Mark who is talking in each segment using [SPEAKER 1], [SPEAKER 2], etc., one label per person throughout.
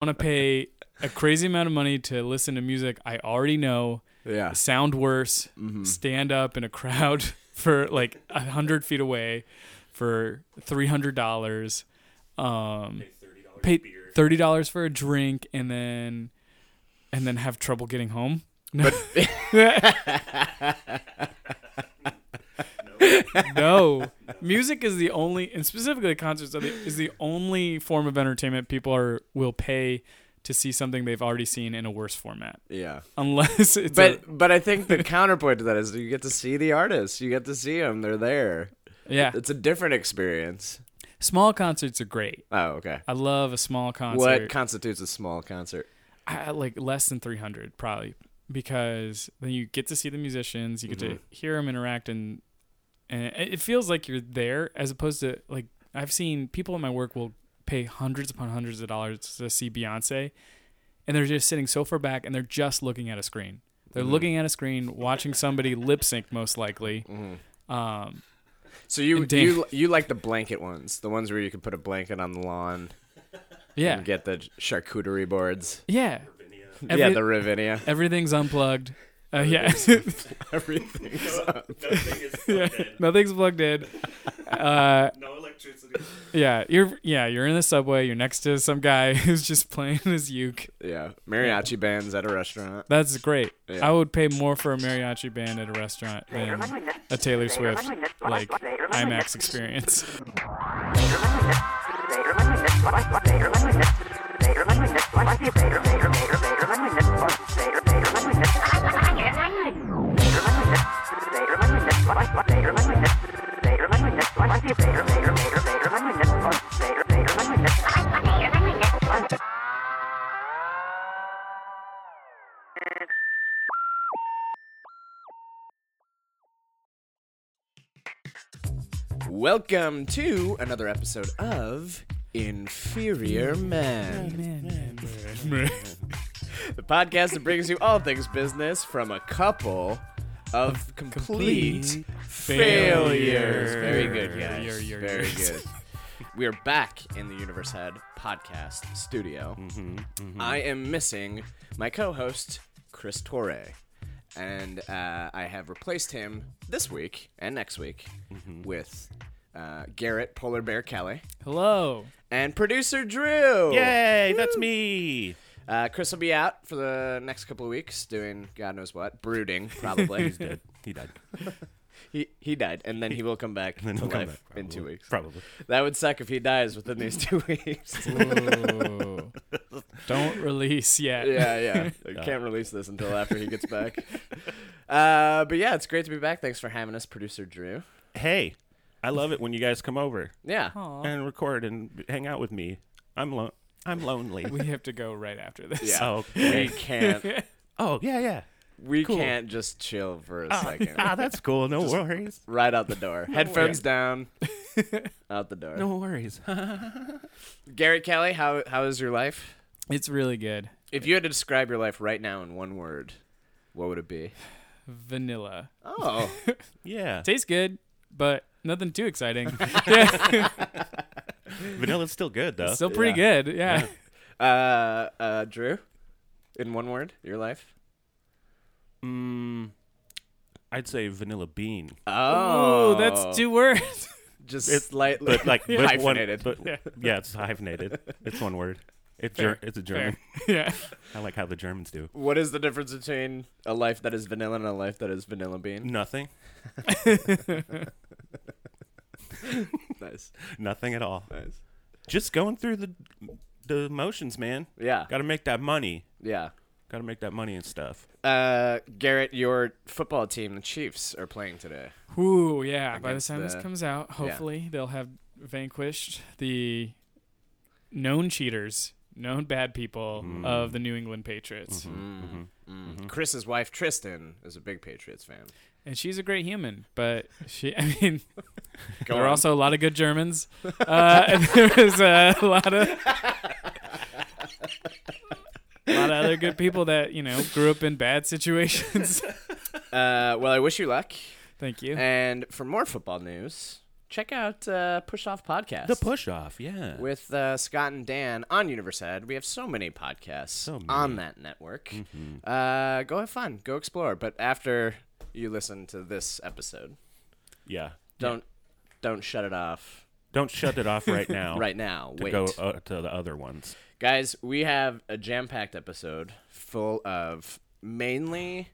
[SPEAKER 1] want to pay a crazy amount of money to listen to music I already know,
[SPEAKER 2] Yeah.
[SPEAKER 1] sound worse, stand up in a crowd for like a hundred feet away for three hundred dollars. Um, pay thirty dollars for a drink, and then and then have trouble getting home. No. no, music is the only, and specifically concerts are the, is the only form of entertainment people are will pay to see something they've already seen in a worse format,
[SPEAKER 2] Yeah.
[SPEAKER 1] unless it's a-
[SPEAKER 2] But but I think the counterpoint to that is you get to see the artists. You get to see them. They're there.
[SPEAKER 1] yeah.
[SPEAKER 2] It's a different experience.
[SPEAKER 1] Small concerts are great.
[SPEAKER 2] Oh, okay.
[SPEAKER 1] I love a small concert.
[SPEAKER 2] What constitutes a small concert?
[SPEAKER 1] I, like less than 300 probably because then you get to see the musicians, you get to
[SPEAKER 2] Mm-hmm.
[SPEAKER 1] hear them interact and and it it feels like you're there as opposed to like I've seen people in my work will pay hundreds upon hundreds of dollars to see Beyonce and they're just sitting so far back and they're just looking at a screen. They're
[SPEAKER 2] Mm-hmm.
[SPEAKER 1] looking at a screen, watching somebody lip sync most likely.
[SPEAKER 2] Mm-hmm.
[SPEAKER 1] Um,
[SPEAKER 2] So you
[SPEAKER 1] And Dan-
[SPEAKER 2] you you like the blanket ones, the ones where you can put a blanket on the lawn
[SPEAKER 1] yeah.
[SPEAKER 2] and get the charcuterie boards.
[SPEAKER 1] Yeah.
[SPEAKER 2] yeah,
[SPEAKER 1] Every-
[SPEAKER 2] the Ravinia.
[SPEAKER 1] everything's unplugged. Uh, yeah.
[SPEAKER 2] Everything's up.
[SPEAKER 3] Nothing is fucking-
[SPEAKER 1] Nothing's plugged in. Uh
[SPEAKER 3] No electricity.
[SPEAKER 1] Yeah, you're yeah, you're in the subway, you're next to some guy who's just playing his uke.
[SPEAKER 2] Yeah, mariachi bands at a restaurant.
[SPEAKER 1] That's great.
[SPEAKER 2] Yeah.
[SPEAKER 1] I would pay more for a mariachi band at a restaurant than a Taylor Swift like IMAX experience.
[SPEAKER 2] Welcome to another episode of Inferior Man, the podcast that brings you all things business from a couple of complete,
[SPEAKER 1] complete failures.
[SPEAKER 2] failures. Very good, guys.
[SPEAKER 1] Yer, yer,
[SPEAKER 2] Very
[SPEAKER 1] yers.
[SPEAKER 2] good. We are back in the Universe Head podcast studio. I am missing my co-host Chris Torre, and uh, I have replaced him this week and next week with uh, Garrett Polar Bear Kelly
[SPEAKER 1] Hello.
[SPEAKER 2] and producer Drew.
[SPEAKER 3] Yay, that's me.
[SPEAKER 2] Uh, Chris will be out for the next couple of weeks doing God knows what, brooding probably. He's dead.
[SPEAKER 3] He died.
[SPEAKER 2] He he died, and then he will come back
[SPEAKER 3] then
[SPEAKER 2] to
[SPEAKER 3] he'll come
[SPEAKER 2] life
[SPEAKER 3] back,
[SPEAKER 2] in two
[SPEAKER 3] probably.
[SPEAKER 2] weeks.
[SPEAKER 3] Probably.
[SPEAKER 2] That would suck if he dies within these two weeks.
[SPEAKER 1] Ooh. Don't release yet.
[SPEAKER 2] yeah, yeah. I can't release this until after he gets back. Uh, but yeah, it's great to be back. Thanks for having us, producer Drew.
[SPEAKER 4] hey, I love it when you guys come over
[SPEAKER 2] Yeah.
[SPEAKER 4] and record and hang out with me. I'm lo- I'm lonely.
[SPEAKER 1] We have to go right after this.
[SPEAKER 2] Yeah.
[SPEAKER 4] oh,
[SPEAKER 2] We
[SPEAKER 4] okay.
[SPEAKER 2] can't.
[SPEAKER 4] oh yeah, yeah.
[SPEAKER 2] We can't just chill for a second.
[SPEAKER 4] Ah, that's cool. No worries.
[SPEAKER 2] Right out the door. Headphones down. out the door.
[SPEAKER 4] No worries.
[SPEAKER 2] Gary Kelly, how how is your life?
[SPEAKER 1] It's really good.
[SPEAKER 2] If you had to describe your life right now in one word, what would it be?
[SPEAKER 1] Vanilla.
[SPEAKER 2] Oh,
[SPEAKER 4] yeah.
[SPEAKER 1] Tastes good, but nothing too exciting.
[SPEAKER 4] Vanilla's still good though.
[SPEAKER 1] Still pretty good. Yeah.
[SPEAKER 2] uh, uh, Drew, in one word, your life.
[SPEAKER 4] Mm, I'd say vanilla bean.
[SPEAKER 1] Oh,
[SPEAKER 2] Oh,
[SPEAKER 1] that's two words.
[SPEAKER 2] just slightly
[SPEAKER 4] But like but
[SPEAKER 2] hyphenated.
[SPEAKER 4] One, but yeah. it's hyphenated. It's one word. It's ger- it's a German.
[SPEAKER 1] yeah.
[SPEAKER 4] I like how the Germans do.
[SPEAKER 2] what is the difference between a life that is vanilla and a life that is vanilla bean?
[SPEAKER 4] Nothing.
[SPEAKER 2] nice,
[SPEAKER 4] Nothing at all.
[SPEAKER 2] nice.
[SPEAKER 4] Just going through the the motions, man.
[SPEAKER 2] Yeah,
[SPEAKER 4] Got to make that money.
[SPEAKER 2] yeah.
[SPEAKER 4] Got to make that money and stuff.
[SPEAKER 2] Uh, Garrett, your football team, the Chiefs, are playing today.
[SPEAKER 1] Ooh, yeah. By the
[SPEAKER 2] Against
[SPEAKER 1] time this
[SPEAKER 2] the-
[SPEAKER 1] comes out, hopefully they'll have vanquished the known cheaters, known bad people
[SPEAKER 2] Mm.
[SPEAKER 1] of the New England Patriots.
[SPEAKER 2] Mm-hmm.
[SPEAKER 1] Mm-hmm.
[SPEAKER 4] Mm-hmm.
[SPEAKER 2] Chris's wife Tristan is a big Patriots fan.
[SPEAKER 1] And she's a great human, but she, I mean,
[SPEAKER 2] Go
[SPEAKER 1] there were
[SPEAKER 2] on.
[SPEAKER 1] also a lot of good Germans. Uh, and there was a lot of. A lot of other good people that you know grew up in bad situations.
[SPEAKER 2] Uh, well, I wish you luck.
[SPEAKER 1] Thank you.
[SPEAKER 2] And for more football news, check out uh, Push Off Podcast.
[SPEAKER 4] The push off, yeah.
[SPEAKER 2] with uh, Scott and Dan on Universe Head. We have so many podcasts
[SPEAKER 4] So Mm-hmm.
[SPEAKER 2] on that network. Uh, go have fun, go explore. But after you listen to this episode,
[SPEAKER 4] yeah.
[SPEAKER 2] don't don't shut it off
[SPEAKER 4] Don't shut it off right now.
[SPEAKER 2] right now.
[SPEAKER 4] To
[SPEAKER 2] Wait,
[SPEAKER 4] go uh, to the other ones.
[SPEAKER 2] guys, we have a jam-packed episode full of mainly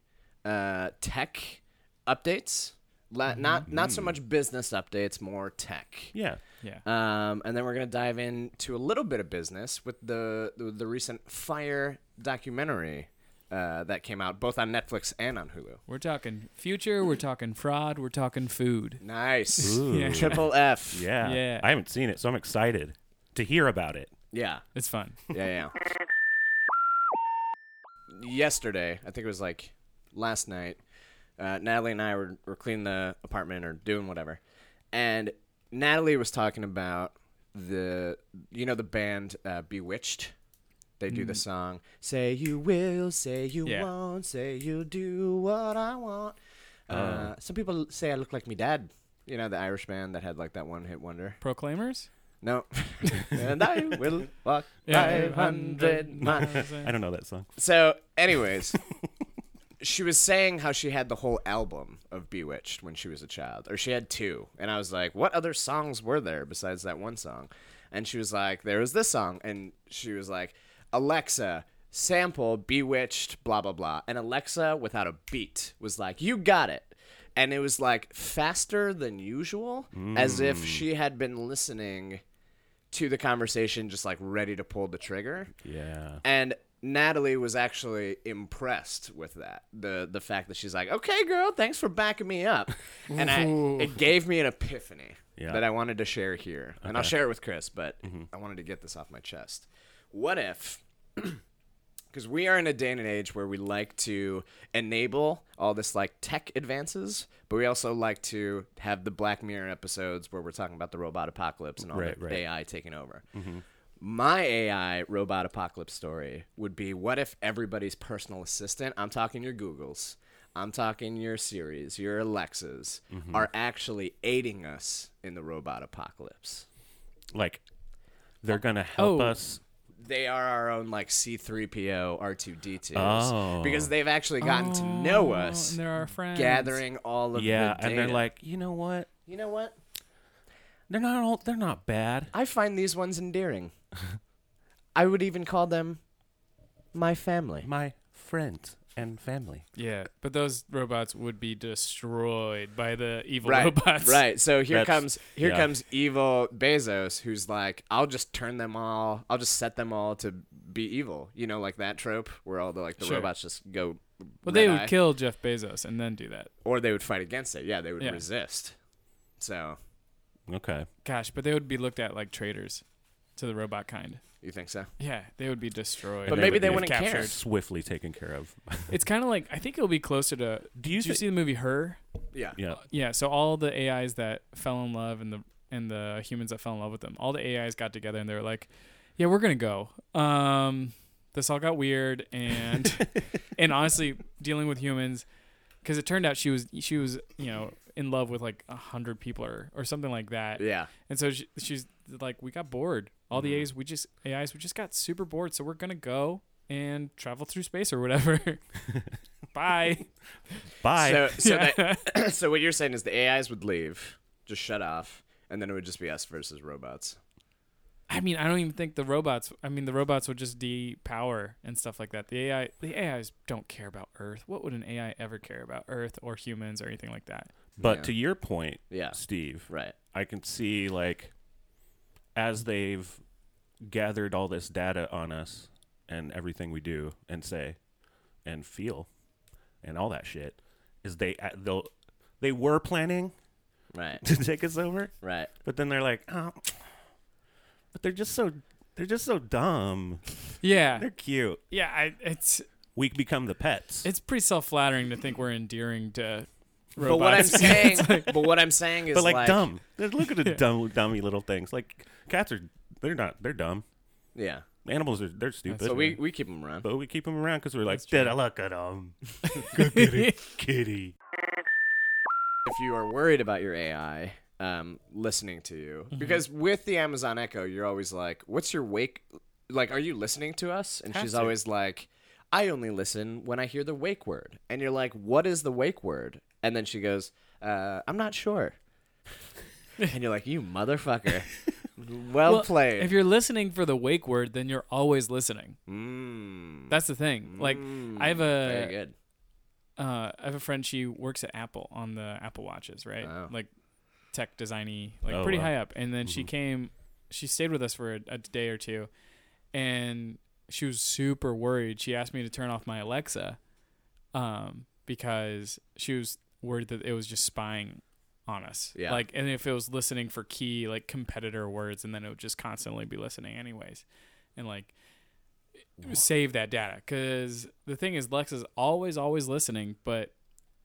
[SPEAKER 2] uh, tech updates. La-
[SPEAKER 4] Mm-hmm.
[SPEAKER 2] Not not
[SPEAKER 4] Mm.
[SPEAKER 2] so much business updates, more tech.
[SPEAKER 4] Yeah.
[SPEAKER 1] Yeah.
[SPEAKER 2] Um, and then we're gonna dive into a little bit of business with the the, the recent Fire documentary uh, that came out both on Netflix and on Hulu.
[SPEAKER 1] We're talking future, we're talking fraud, we're talking food.
[SPEAKER 2] Nice,
[SPEAKER 4] Ooh. Yeah.
[SPEAKER 2] triple F.
[SPEAKER 4] Yeah.
[SPEAKER 1] Yeah.
[SPEAKER 4] I haven't seen it, so I'm excited to hear about it.
[SPEAKER 2] yeah,
[SPEAKER 1] It's fun.
[SPEAKER 2] yeah, yeah. Yesterday, I think it was like last night. Uh, Natalie and I were were cleaning the apartment or doing whatever, and Natalie was talking about the you know the band uh, Bewitched. They do the song "Say You Will, Say You
[SPEAKER 1] Yeah.
[SPEAKER 2] Won't, Say You Do What I Want." Uh, Some people say I look like me dad. You know the Irish band that had like that one hit wonder.
[SPEAKER 1] Proclaimers?
[SPEAKER 2] No. and I will walk
[SPEAKER 1] Yeah.
[SPEAKER 2] 500 miles.
[SPEAKER 4] I don't know that song.
[SPEAKER 2] So, anyways, she was saying how she had the whole album of Bewitched when she was a child, or she had two. And I was like, what other songs were there besides that one song? And she was like, there was this song. And she was like, Alexa, sample Bewitched, blah, blah, blah. And Alexa, without a beat, was like, you got it. And it was like faster than usual, as if she had been listening to the conversation, just like ready to pull the trigger
[SPEAKER 4] Yeah.
[SPEAKER 2] and Natalie was actually impressed with that the the fact that she's like, "Okay, girl, thanks for backing me up," and I, it gave me an epiphany
[SPEAKER 4] Yeah. Mm-hmm.
[SPEAKER 2] that I wanted to share here, and I'll share it with Chris, but I wanted to get this off my chest. What if? Because we are in a day and an age where we like to enable all this like tech advances, but we also like to have the Black Mirror episodes where we're talking about the robot apocalypse and all
[SPEAKER 4] Right,
[SPEAKER 2] the
[SPEAKER 4] right. Mm-hmm.
[SPEAKER 2] AI taking over. My AI robot apocalypse story would be what if everybody's personal assistant, I'm talking your Googles, I'm talking your Series, your Alexas,
[SPEAKER 4] Mm-hmm.
[SPEAKER 2] are actually aiding us in the robot apocalypse.
[SPEAKER 4] Like they're gonna help
[SPEAKER 1] Oh.
[SPEAKER 4] us.
[SPEAKER 2] They are our own like C3PO R2D2s
[SPEAKER 4] Oh.
[SPEAKER 2] because they've actually gotten to know
[SPEAKER 1] Oh,
[SPEAKER 2] us
[SPEAKER 1] and they're our friends.
[SPEAKER 2] gathering all of
[SPEAKER 4] Yeah,
[SPEAKER 2] the data.
[SPEAKER 4] and they're like, you know what?
[SPEAKER 2] you know what?
[SPEAKER 4] They're not all. They're not bad.
[SPEAKER 2] I find these ones endearing. I would even call them my family.
[SPEAKER 4] My friends and family.
[SPEAKER 1] Yeah, but those robots would be destroyed by the evil
[SPEAKER 2] right,
[SPEAKER 1] robots.
[SPEAKER 2] Right. So here
[SPEAKER 4] That's-
[SPEAKER 2] comes here
[SPEAKER 4] yeah.
[SPEAKER 2] comes evil Bezos, who's like, I'll just turn them all. I'll just set them all to be evil. You know, like that trope where all the like the
[SPEAKER 1] Sure.
[SPEAKER 2] robots just go.
[SPEAKER 1] Well, they would
[SPEAKER 2] red-eye.
[SPEAKER 1] kill Jeff Bezos and then do that.
[SPEAKER 2] or they would fight against it. Yeah, they would
[SPEAKER 1] Yeah.
[SPEAKER 2] resist. So
[SPEAKER 4] Okay.
[SPEAKER 1] Gosh, but they would be looked at like traitors to the robot kind.
[SPEAKER 2] you think so?
[SPEAKER 1] Yeah, they would be destroyed.
[SPEAKER 2] But
[SPEAKER 1] They
[SPEAKER 2] maybe
[SPEAKER 1] would
[SPEAKER 2] they
[SPEAKER 1] be
[SPEAKER 2] wouldn't care.
[SPEAKER 1] captured.
[SPEAKER 4] Swiftly taken care of.
[SPEAKER 1] It's kind of like I think it'll be closer to. Do you,
[SPEAKER 4] you
[SPEAKER 1] did you
[SPEAKER 4] thi-
[SPEAKER 1] see the movie Her?
[SPEAKER 2] Yeah.
[SPEAKER 4] yeah.
[SPEAKER 1] Yeah, so all the AIs that fell in love and the and the humans that fell in love with them, all the AIs got together and they were like, "Yeah, we're gonna go." Um, this all got weird and and honestly, dealing with humans because it turned out she was she was you know in love with like a hundred people or or something like that.
[SPEAKER 2] Yeah.
[SPEAKER 1] And so she, she's like, "We got bored. All the AIs we just AIs we just got super bored. So we're gonna go and travel through space or whatever." Bye.
[SPEAKER 4] Bye.
[SPEAKER 2] So so
[SPEAKER 1] Yeah.
[SPEAKER 2] that, so what you're saying is the AIs would leave, just shut off, and then it would just be us versus robots.
[SPEAKER 1] I mean, I don't even think the robots. I mean, the robots would just depower and stuff like that. The AI, the AIs don't care about Earth. What would an AI ever care about Earth or humans or anything like that?
[SPEAKER 4] but
[SPEAKER 2] yeah.
[SPEAKER 4] to your point,
[SPEAKER 2] Yeah.
[SPEAKER 4] Steve,
[SPEAKER 2] Right.
[SPEAKER 4] I can see like as they've gathered all this data on us and everything we do and say and feel and all that shit is they uh, they'll they were planning
[SPEAKER 2] Right.
[SPEAKER 4] to take us over,
[SPEAKER 2] Right.
[SPEAKER 4] but then they're like, oh, but they're just so they're just so dumb.
[SPEAKER 1] Yeah,
[SPEAKER 4] They're cute.
[SPEAKER 1] yeah. I, it's
[SPEAKER 4] We become the pets.
[SPEAKER 1] it's pretty self flattering to think we're endearing to robots.
[SPEAKER 2] But what I'm saying, but what I'm saying is
[SPEAKER 4] but like,
[SPEAKER 2] like
[SPEAKER 4] dumb. Look at the dumb, dummy little things. Like cats are they're not they're dumb.
[SPEAKER 2] Yeah.
[SPEAKER 4] Animals are they're stupid.
[SPEAKER 2] So we we keep them around.
[SPEAKER 4] but we keep them around because we're like,
[SPEAKER 1] true.
[SPEAKER 4] did I look at them? Good kitty, kitty.
[SPEAKER 2] if you are worried about your AI um, listening to you
[SPEAKER 1] Mm-hmm.
[SPEAKER 2] because with the Amazon Echo, you're always like, "What's your wake? Like, are you listening to us?" And she's
[SPEAKER 1] to.
[SPEAKER 2] always like, "I only listen when I hear the wake word." And you're like, "What is the wake word?" And then she goes, uh, "I'm not sure." and you're like, "You motherfucker." Well,
[SPEAKER 1] Well,
[SPEAKER 2] played.
[SPEAKER 1] If you're listening for the wake word, then you're always listening.
[SPEAKER 2] Mm.
[SPEAKER 1] That's the thing. Like I have
[SPEAKER 2] Very
[SPEAKER 1] a
[SPEAKER 2] good.
[SPEAKER 1] uh, I have a friend. She works at Apple on the Apple Watches, right?
[SPEAKER 2] Oh.
[SPEAKER 1] Like tech designy, like
[SPEAKER 4] Oh,
[SPEAKER 1] pretty
[SPEAKER 4] wow.
[SPEAKER 1] high up. And then she came. She stayed with us for a, a day or two, and she was super worried. She asked me to turn off my Alexa, um, because she was worried that it was just spying on us.
[SPEAKER 2] Yeah.
[SPEAKER 1] Like, and if it was listening for key like competitor words, and then it would just constantly be listening anyways, and like save that data because the thing is lex is always always listening but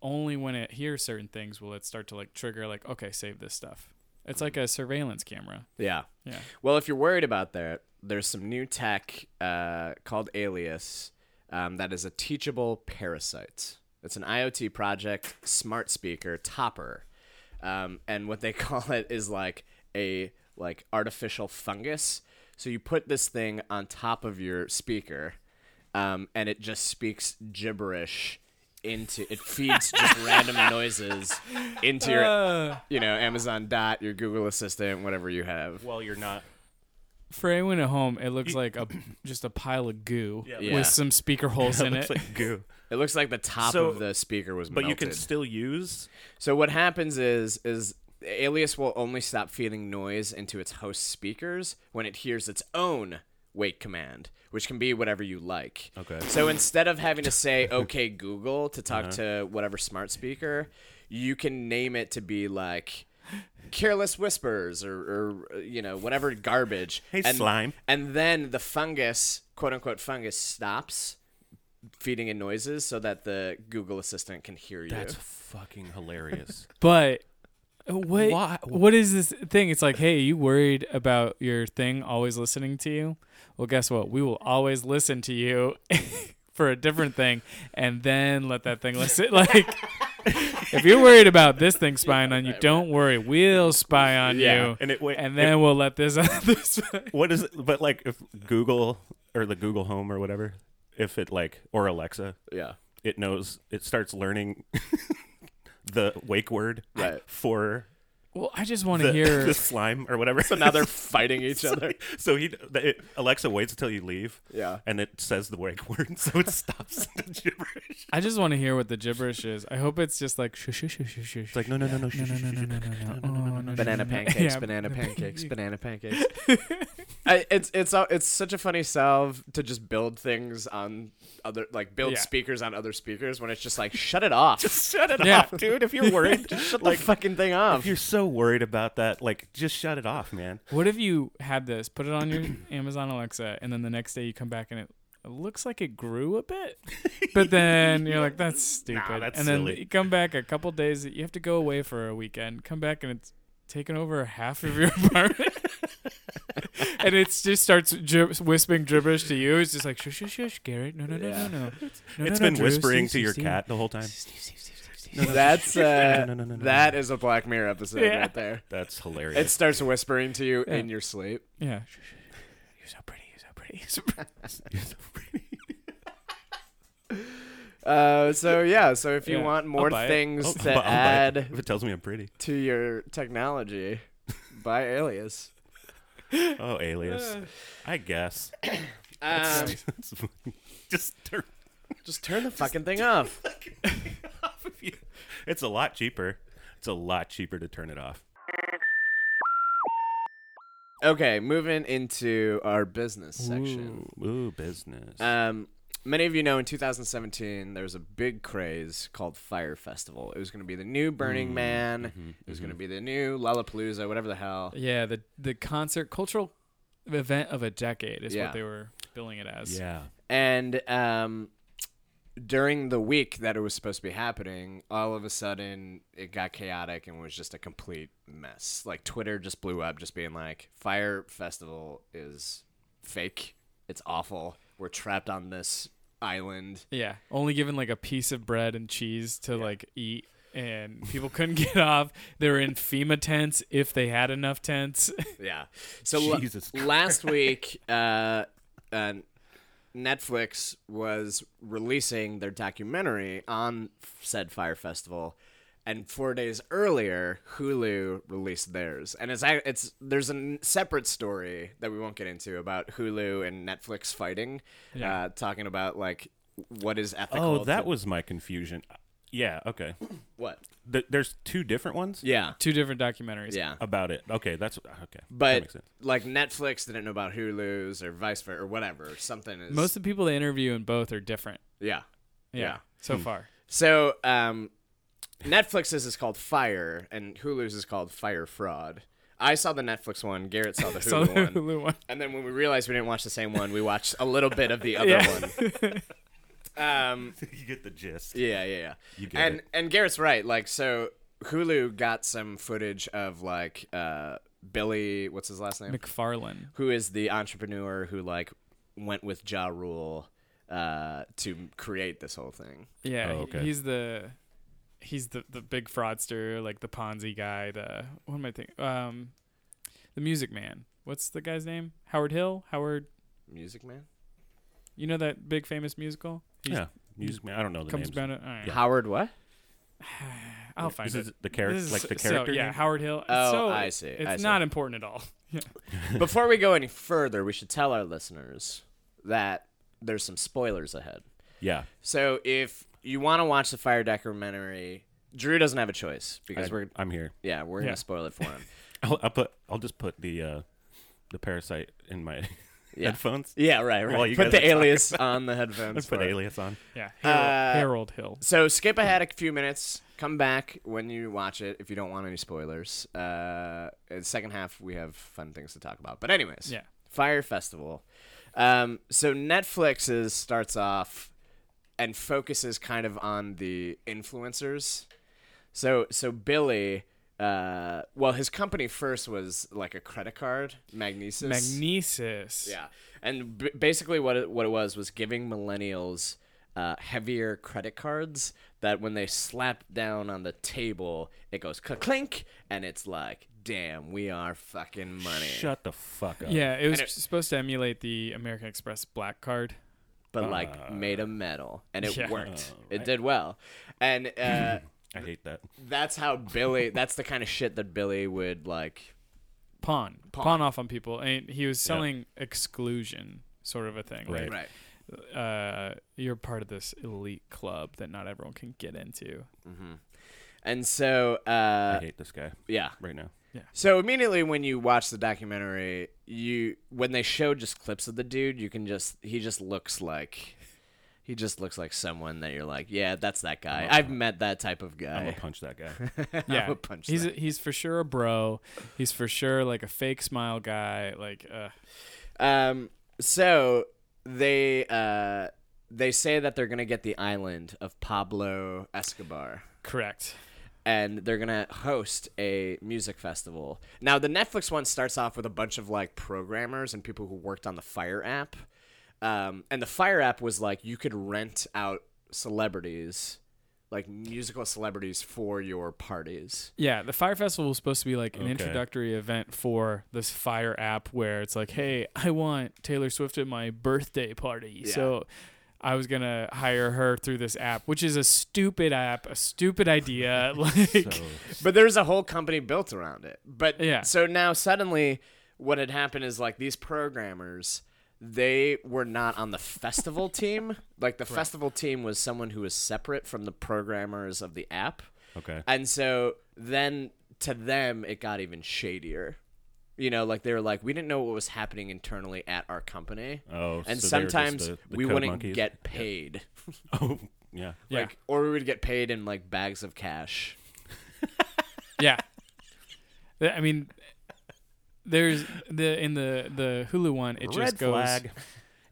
[SPEAKER 1] only when it hears certain things will it start to like trigger like okay save this stuff it's like a surveillance camera
[SPEAKER 2] Yeah.
[SPEAKER 1] yeah
[SPEAKER 2] Well, if you're worried about that, there's some new tech uh, called Alias um, that is a teachable parasite. It's an IoT project, smart speaker, topper, um, and what they call it is like a like artificial fungus. So you put this thing on top of your speaker, um, and it just speaks gibberish into it feeds just random noises into your you know Amazon Dot, your Google Assistant, whatever you have.
[SPEAKER 4] Well, you're not.
[SPEAKER 1] for anyone at home it looks like a just a pile of goo
[SPEAKER 2] Yeah.
[SPEAKER 1] with some speaker holes in it
[SPEAKER 4] It's like goo.
[SPEAKER 2] It looks like the top
[SPEAKER 4] So-
[SPEAKER 2] of the speaker was
[SPEAKER 4] But
[SPEAKER 2] melted.
[SPEAKER 4] you can still use.
[SPEAKER 2] so what happens is is Alias will only stop feeding noise into its host speakers when it hears its own wake command, which can be whatever you like.
[SPEAKER 4] Okay. Uh-huh.
[SPEAKER 2] So instead of having to say "Okay, Google" to talk to whatever smart speaker, you can name it to be like careless whispers or, or uh, you know whatever garbage.
[SPEAKER 4] Hey, slime.
[SPEAKER 2] And then the fungus, quote unquote fungus, stops feeding in noises so that the Google Assistant can hear you.
[SPEAKER 4] That's fucking hilarious.
[SPEAKER 1] but what
[SPEAKER 4] Why-
[SPEAKER 1] what is this thing it's like hey you worried about your thing always listening to you well guess what we will always listen to you for a different thing and then let that thing listen like if you're worried about this thing spying on you don't worry we'll spy on
[SPEAKER 2] Yeah,
[SPEAKER 1] you
[SPEAKER 4] and it- wait,
[SPEAKER 1] and then we'll let this other spy.
[SPEAKER 4] what is it? But like, if Google or the Google Home or whatever, if it like or Alexa,
[SPEAKER 2] yeah.
[SPEAKER 4] it knows it starts learning the wake word
[SPEAKER 2] Right.
[SPEAKER 4] for
[SPEAKER 1] well i just want
[SPEAKER 4] the,
[SPEAKER 1] to hear
[SPEAKER 4] the slime or whatever. So
[SPEAKER 2] Now they're fighting each other.
[SPEAKER 4] So he, the, it, Alexa waits until you leave.
[SPEAKER 2] Yeah.
[SPEAKER 4] And it says the wake word, so it stops the gibberish.
[SPEAKER 1] i just want to hear what the gibberish is i hope it's just like shush shush shush shush shush
[SPEAKER 4] It's like no, no, no, no, shh,
[SPEAKER 1] no no
[SPEAKER 4] shh,
[SPEAKER 1] no
[SPEAKER 4] shh,
[SPEAKER 1] no
[SPEAKER 4] shh.
[SPEAKER 1] no no no Oh, no no,
[SPEAKER 2] Banana
[SPEAKER 1] no, no.
[SPEAKER 2] pancakes,
[SPEAKER 1] Yeah,
[SPEAKER 2] banana pancakes, banana pancakes. I, it's it's a- it's such a funny salve to just build things on other like build
[SPEAKER 1] Yeah.
[SPEAKER 2] speakers on other speakers when it's just like shut it off,
[SPEAKER 4] Shut it
[SPEAKER 1] Yeah.
[SPEAKER 4] off, dude. If you're worried, just shut
[SPEAKER 2] shut the fucking thing off.
[SPEAKER 4] If you're so worried about that, like just shut it off, man.
[SPEAKER 1] What if you had this, put it on your Amazon Alexa, and then the next day you come back and it, it looks like it grew a bit, but then you're like, that's stupid.
[SPEAKER 4] that's
[SPEAKER 1] and then
[SPEAKER 4] silly.
[SPEAKER 1] you come back a couple days, you have to go away for a weekend, come back and it's taken over half of your apartment. and it just starts gib- whispering gibberish to you. It's just like, shush, shush, shush, Garrett. No, no, no, no, no. no
[SPEAKER 4] It's
[SPEAKER 1] no,
[SPEAKER 4] been
[SPEAKER 1] Drew,
[SPEAKER 4] whispering
[SPEAKER 1] Steve,
[SPEAKER 4] to your
[SPEAKER 1] Steve,
[SPEAKER 4] cat the whole time.
[SPEAKER 2] That's uh,
[SPEAKER 4] no, no, no, no,
[SPEAKER 2] that is a Black Mirror episode
[SPEAKER 1] Yeah.
[SPEAKER 2] right there.
[SPEAKER 4] That's hilarious.
[SPEAKER 2] It starts whispering to you in your sleep.
[SPEAKER 1] Steve. Yeah. Shush, shush. You're so pretty. You're so pretty. You're so pretty.
[SPEAKER 2] Uh, so yeah, so if you
[SPEAKER 1] Yeah,
[SPEAKER 2] want
[SPEAKER 1] I'll
[SPEAKER 2] more
[SPEAKER 1] buy it.
[SPEAKER 2] things
[SPEAKER 4] Oh,
[SPEAKER 2] to
[SPEAKER 4] I'll buy it.
[SPEAKER 2] add
[SPEAKER 4] if it tells me I'm pretty.
[SPEAKER 2] to your technology, buy Alias.
[SPEAKER 4] Oh, alias. I guess.
[SPEAKER 2] Um,
[SPEAKER 4] just turn.
[SPEAKER 2] just turn the fucking thing off.
[SPEAKER 4] off of you. It's a lot cheaper. It's a lot cheaper to turn it off.
[SPEAKER 2] Okay, moving into our business section.
[SPEAKER 4] Ooh, ooh, business.
[SPEAKER 2] Um, many of you know in 2017 there was a big craze called Fire Festival. It was going to be the new Burning Man. it was going to be the new Lollapalooza, whatever the hell.
[SPEAKER 1] Yeah, the the concert cultural event of a decade is
[SPEAKER 2] Yeah.
[SPEAKER 1] what they were billing it as.
[SPEAKER 4] yeah.
[SPEAKER 2] And um, during the week that it was supposed to be happening, all of a sudden it got chaotic and was just a complete mess. Like Twitter just blew up, just being like, Fire Festival is fake. It's awful. We're trapped on this island.
[SPEAKER 1] Yeah, only given like a piece of bread and cheese to like eat and people couldn't get off. They were in FEMA tents if they had enough tents.
[SPEAKER 2] Yeah. So la-
[SPEAKER 4] Jesus
[SPEAKER 2] last week, uh, uh, Netflix was releasing their documentary on said fire festival, and four days earlier, Hulu released theirs. And it's ac- it's there's a n- separate story that we won't get into about Hulu and Netflix fighting,
[SPEAKER 1] Yeah.
[SPEAKER 2] uh, talking about like what is ethical.
[SPEAKER 4] Oh, that
[SPEAKER 2] to-
[SPEAKER 4] was my confusion. Yeah. Okay.
[SPEAKER 2] what?
[SPEAKER 4] Th- there's two different ones
[SPEAKER 2] Yeah.
[SPEAKER 1] Two different documentaries.
[SPEAKER 2] Yeah.
[SPEAKER 4] about it. Okay. That's okay. that
[SPEAKER 2] But
[SPEAKER 4] Oh, makes sense.
[SPEAKER 2] like Netflix didn't know about Hulu's or vice versa or whatever. Something is
[SPEAKER 1] Most of the people they interview in both are different.
[SPEAKER 2] yeah.
[SPEAKER 1] Yeah.
[SPEAKER 2] Yeah.
[SPEAKER 1] So far.
[SPEAKER 2] So um, Netflix's is called Fire, and Hulu's is called Fire Fraud. I saw the Netflix one. Garrett saw the Hulu
[SPEAKER 1] So the
[SPEAKER 2] one.
[SPEAKER 1] Hulu one.
[SPEAKER 2] And then when we realized we didn't watch the same one, we watched a little bit of the other one. Um,
[SPEAKER 4] you get the gist.
[SPEAKER 2] yeah, yeah, yeah.
[SPEAKER 4] You get
[SPEAKER 2] and
[SPEAKER 4] it.
[SPEAKER 2] and Garrett's right. Like so, Hulu got some footage of like uh, Billy. What's his last name?
[SPEAKER 1] McFarlane.
[SPEAKER 2] who is the entrepreneur who like went with Ja Rule uh, to create this whole thing.
[SPEAKER 1] Yeah.
[SPEAKER 4] Oh, okay.
[SPEAKER 1] He's the he's the, the big fraudster, like the Ponzi guy, the what am I thinking? Um the music man. What's the guy's name? Howard Hill? Howard
[SPEAKER 2] Music man.
[SPEAKER 1] you know that big famous musical? He's-
[SPEAKER 4] Yeah. Music man. I don't know the
[SPEAKER 1] Comes
[SPEAKER 4] names.
[SPEAKER 1] about all right.
[SPEAKER 2] Howard what?
[SPEAKER 1] I'll find
[SPEAKER 4] Is
[SPEAKER 1] it.
[SPEAKER 4] it the character?
[SPEAKER 1] This is
[SPEAKER 4] Like the
[SPEAKER 1] so-
[SPEAKER 4] character?
[SPEAKER 1] yeah,
[SPEAKER 4] name?
[SPEAKER 1] Howard Hill.
[SPEAKER 2] Oh,
[SPEAKER 1] so
[SPEAKER 2] I see,
[SPEAKER 1] It's
[SPEAKER 2] I see.
[SPEAKER 1] not important at all. Yeah.
[SPEAKER 2] Before we go any further, we should tell our listeners that there's some spoilers ahead.
[SPEAKER 4] Yeah.
[SPEAKER 2] So if you want to watch the fire documentary, Drew doesn't have a choice because
[SPEAKER 4] I-
[SPEAKER 2] we're
[SPEAKER 4] I'm here.
[SPEAKER 2] yeah we're
[SPEAKER 1] Yeah.
[SPEAKER 2] gonna spoil it for him.
[SPEAKER 4] I'll, I'll put. I'll just put the uh, the parasite in my
[SPEAKER 2] Yeah.
[SPEAKER 4] headphones.
[SPEAKER 2] yeah, right, right.
[SPEAKER 4] Well, you
[SPEAKER 2] put
[SPEAKER 4] guys
[SPEAKER 2] the
[SPEAKER 4] are talking
[SPEAKER 2] alias on the headphones.
[SPEAKER 4] Let's put
[SPEAKER 2] for it.
[SPEAKER 4] Alias on.
[SPEAKER 1] Yeah. Harold,
[SPEAKER 2] Uh,
[SPEAKER 1] Harold Hill.
[SPEAKER 2] So skip ahead a few minutes. Come back when you watch it if you don't want any spoilers. Uh, in the second half we have fun things to talk about. But anyways,
[SPEAKER 1] Yeah.
[SPEAKER 2] Fire Festival. Um, so Netflix's starts off and focuses kind of on the influencers. So so Billy. Uh, well, his company first was like a credit card, Magnesis.
[SPEAKER 1] Magnesis.
[SPEAKER 2] Yeah, and b- basically what it, what it was was giving millennials uh, heavier credit cards that when they slap down on the table, it goes clink, and it's like, damn, we are fucking money,
[SPEAKER 4] Shut the fuck up.
[SPEAKER 1] Yeah, it was
[SPEAKER 2] And it-
[SPEAKER 1] supposed to emulate the American Express black card.
[SPEAKER 2] but like made of metal, and it
[SPEAKER 1] Yeah.
[SPEAKER 2] worked.
[SPEAKER 4] Oh,
[SPEAKER 2] It did well, and uh,
[SPEAKER 4] I hate that.
[SPEAKER 2] that's how Billy. That's the kind of shit that Billy would like.
[SPEAKER 1] Pawn. Pawn, off on people. And he was selling exclusion sort of a thing.
[SPEAKER 4] Right.
[SPEAKER 2] Right.
[SPEAKER 1] Like, uh, you're part of this elite club that not everyone can get into.
[SPEAKER 2] And so,
[SPEAKER 4] I
[SPEAKER 2] uh,
[SPEAKER 4] hate this guy
[SPEAKER 2] yeah,
[SPEAKER 4] right now.
[SPEAKER 2] So immediately when you watch the documentary, you when they show just clips of the dude, you can just he just looks like he just looks like someone that you're like, yeah, that's that guy. I've met that type of
[SPEAKER 4] I'm gonna
[SPEAKER 2] guy.
[SPEAKER 4] punch that guy.
[SPEAKER 1] Yeah.
[SPEAKER 2] would punch
[SPEAKER 1] he's
[SPEAKER 2] that.
[SPEAKER 1] he's for sure a bro. He's for sure like a fake smile guy. Like uh,
[SPEAKER 2] Um, so they uh, they say that they're gonna get the island of Pablo Escobar.
[SPEAKER 1] correct.
[SPEAKER 2] and they're gonna host a music festival. Now the Netflix one starts off with a bunch of like programmers and people who worked on the Fire app, um, and the Fire app was like you could rent out celebrities, like musical celebrities for your parties.
[SPEAKER 1] Yeah, the Fire Festival was supposed to be like an
[SPEAKER 4] Okay.
[SPEAKER 1] introductory event for this Fire app where it's like, hey, I want Taylor Swift at my birthday party.
[SPEAKER 2] Yeah.
[SPEAKER 1] So I was going to hire her through this app, which is a stupid app, a stupid idea. like,
[SPEAKER 4] So
[SPEAKER 2] But there's a whole company built around it. But
[SPEAKER 1] Yeah.
[SPEAKER 2] so now suddenly, what had happened is like these programmers. They were not on the festival team. Like the festival team was someone who was separate from the programmers of the app.
[SPEAKER 4] okay.
[SPEAKER 2] And so then to them, it got even shadier. You know, like they were like, we didn't know what was happening internally at our company.
[SPEAKER 4] Oh,
[SPEAKER 2] and
[SPEAKER 4] so they were just
[SPEAKER 2] sometimes
[SPEAKER 4] the- the
[SPEAKER 2] we
[SPEAKER 4] code
[SPEAKER 2] wouldn't
[SPEAKER 4] monkeys?
[SPEAKER 2] get paid.
[SPEAKER 4] Oh, yeah.
[SPEAKER 1] yeah.
[SPEAKER 2] Like, or we would get paid in like bags of cash.
[SPEAKER 1] yeah. Th- I mean, there's the in the the Hulu one, it
[SPEAKER 4] Red
[SPEAKER 1] just goes
[SPEAKER 4] flag.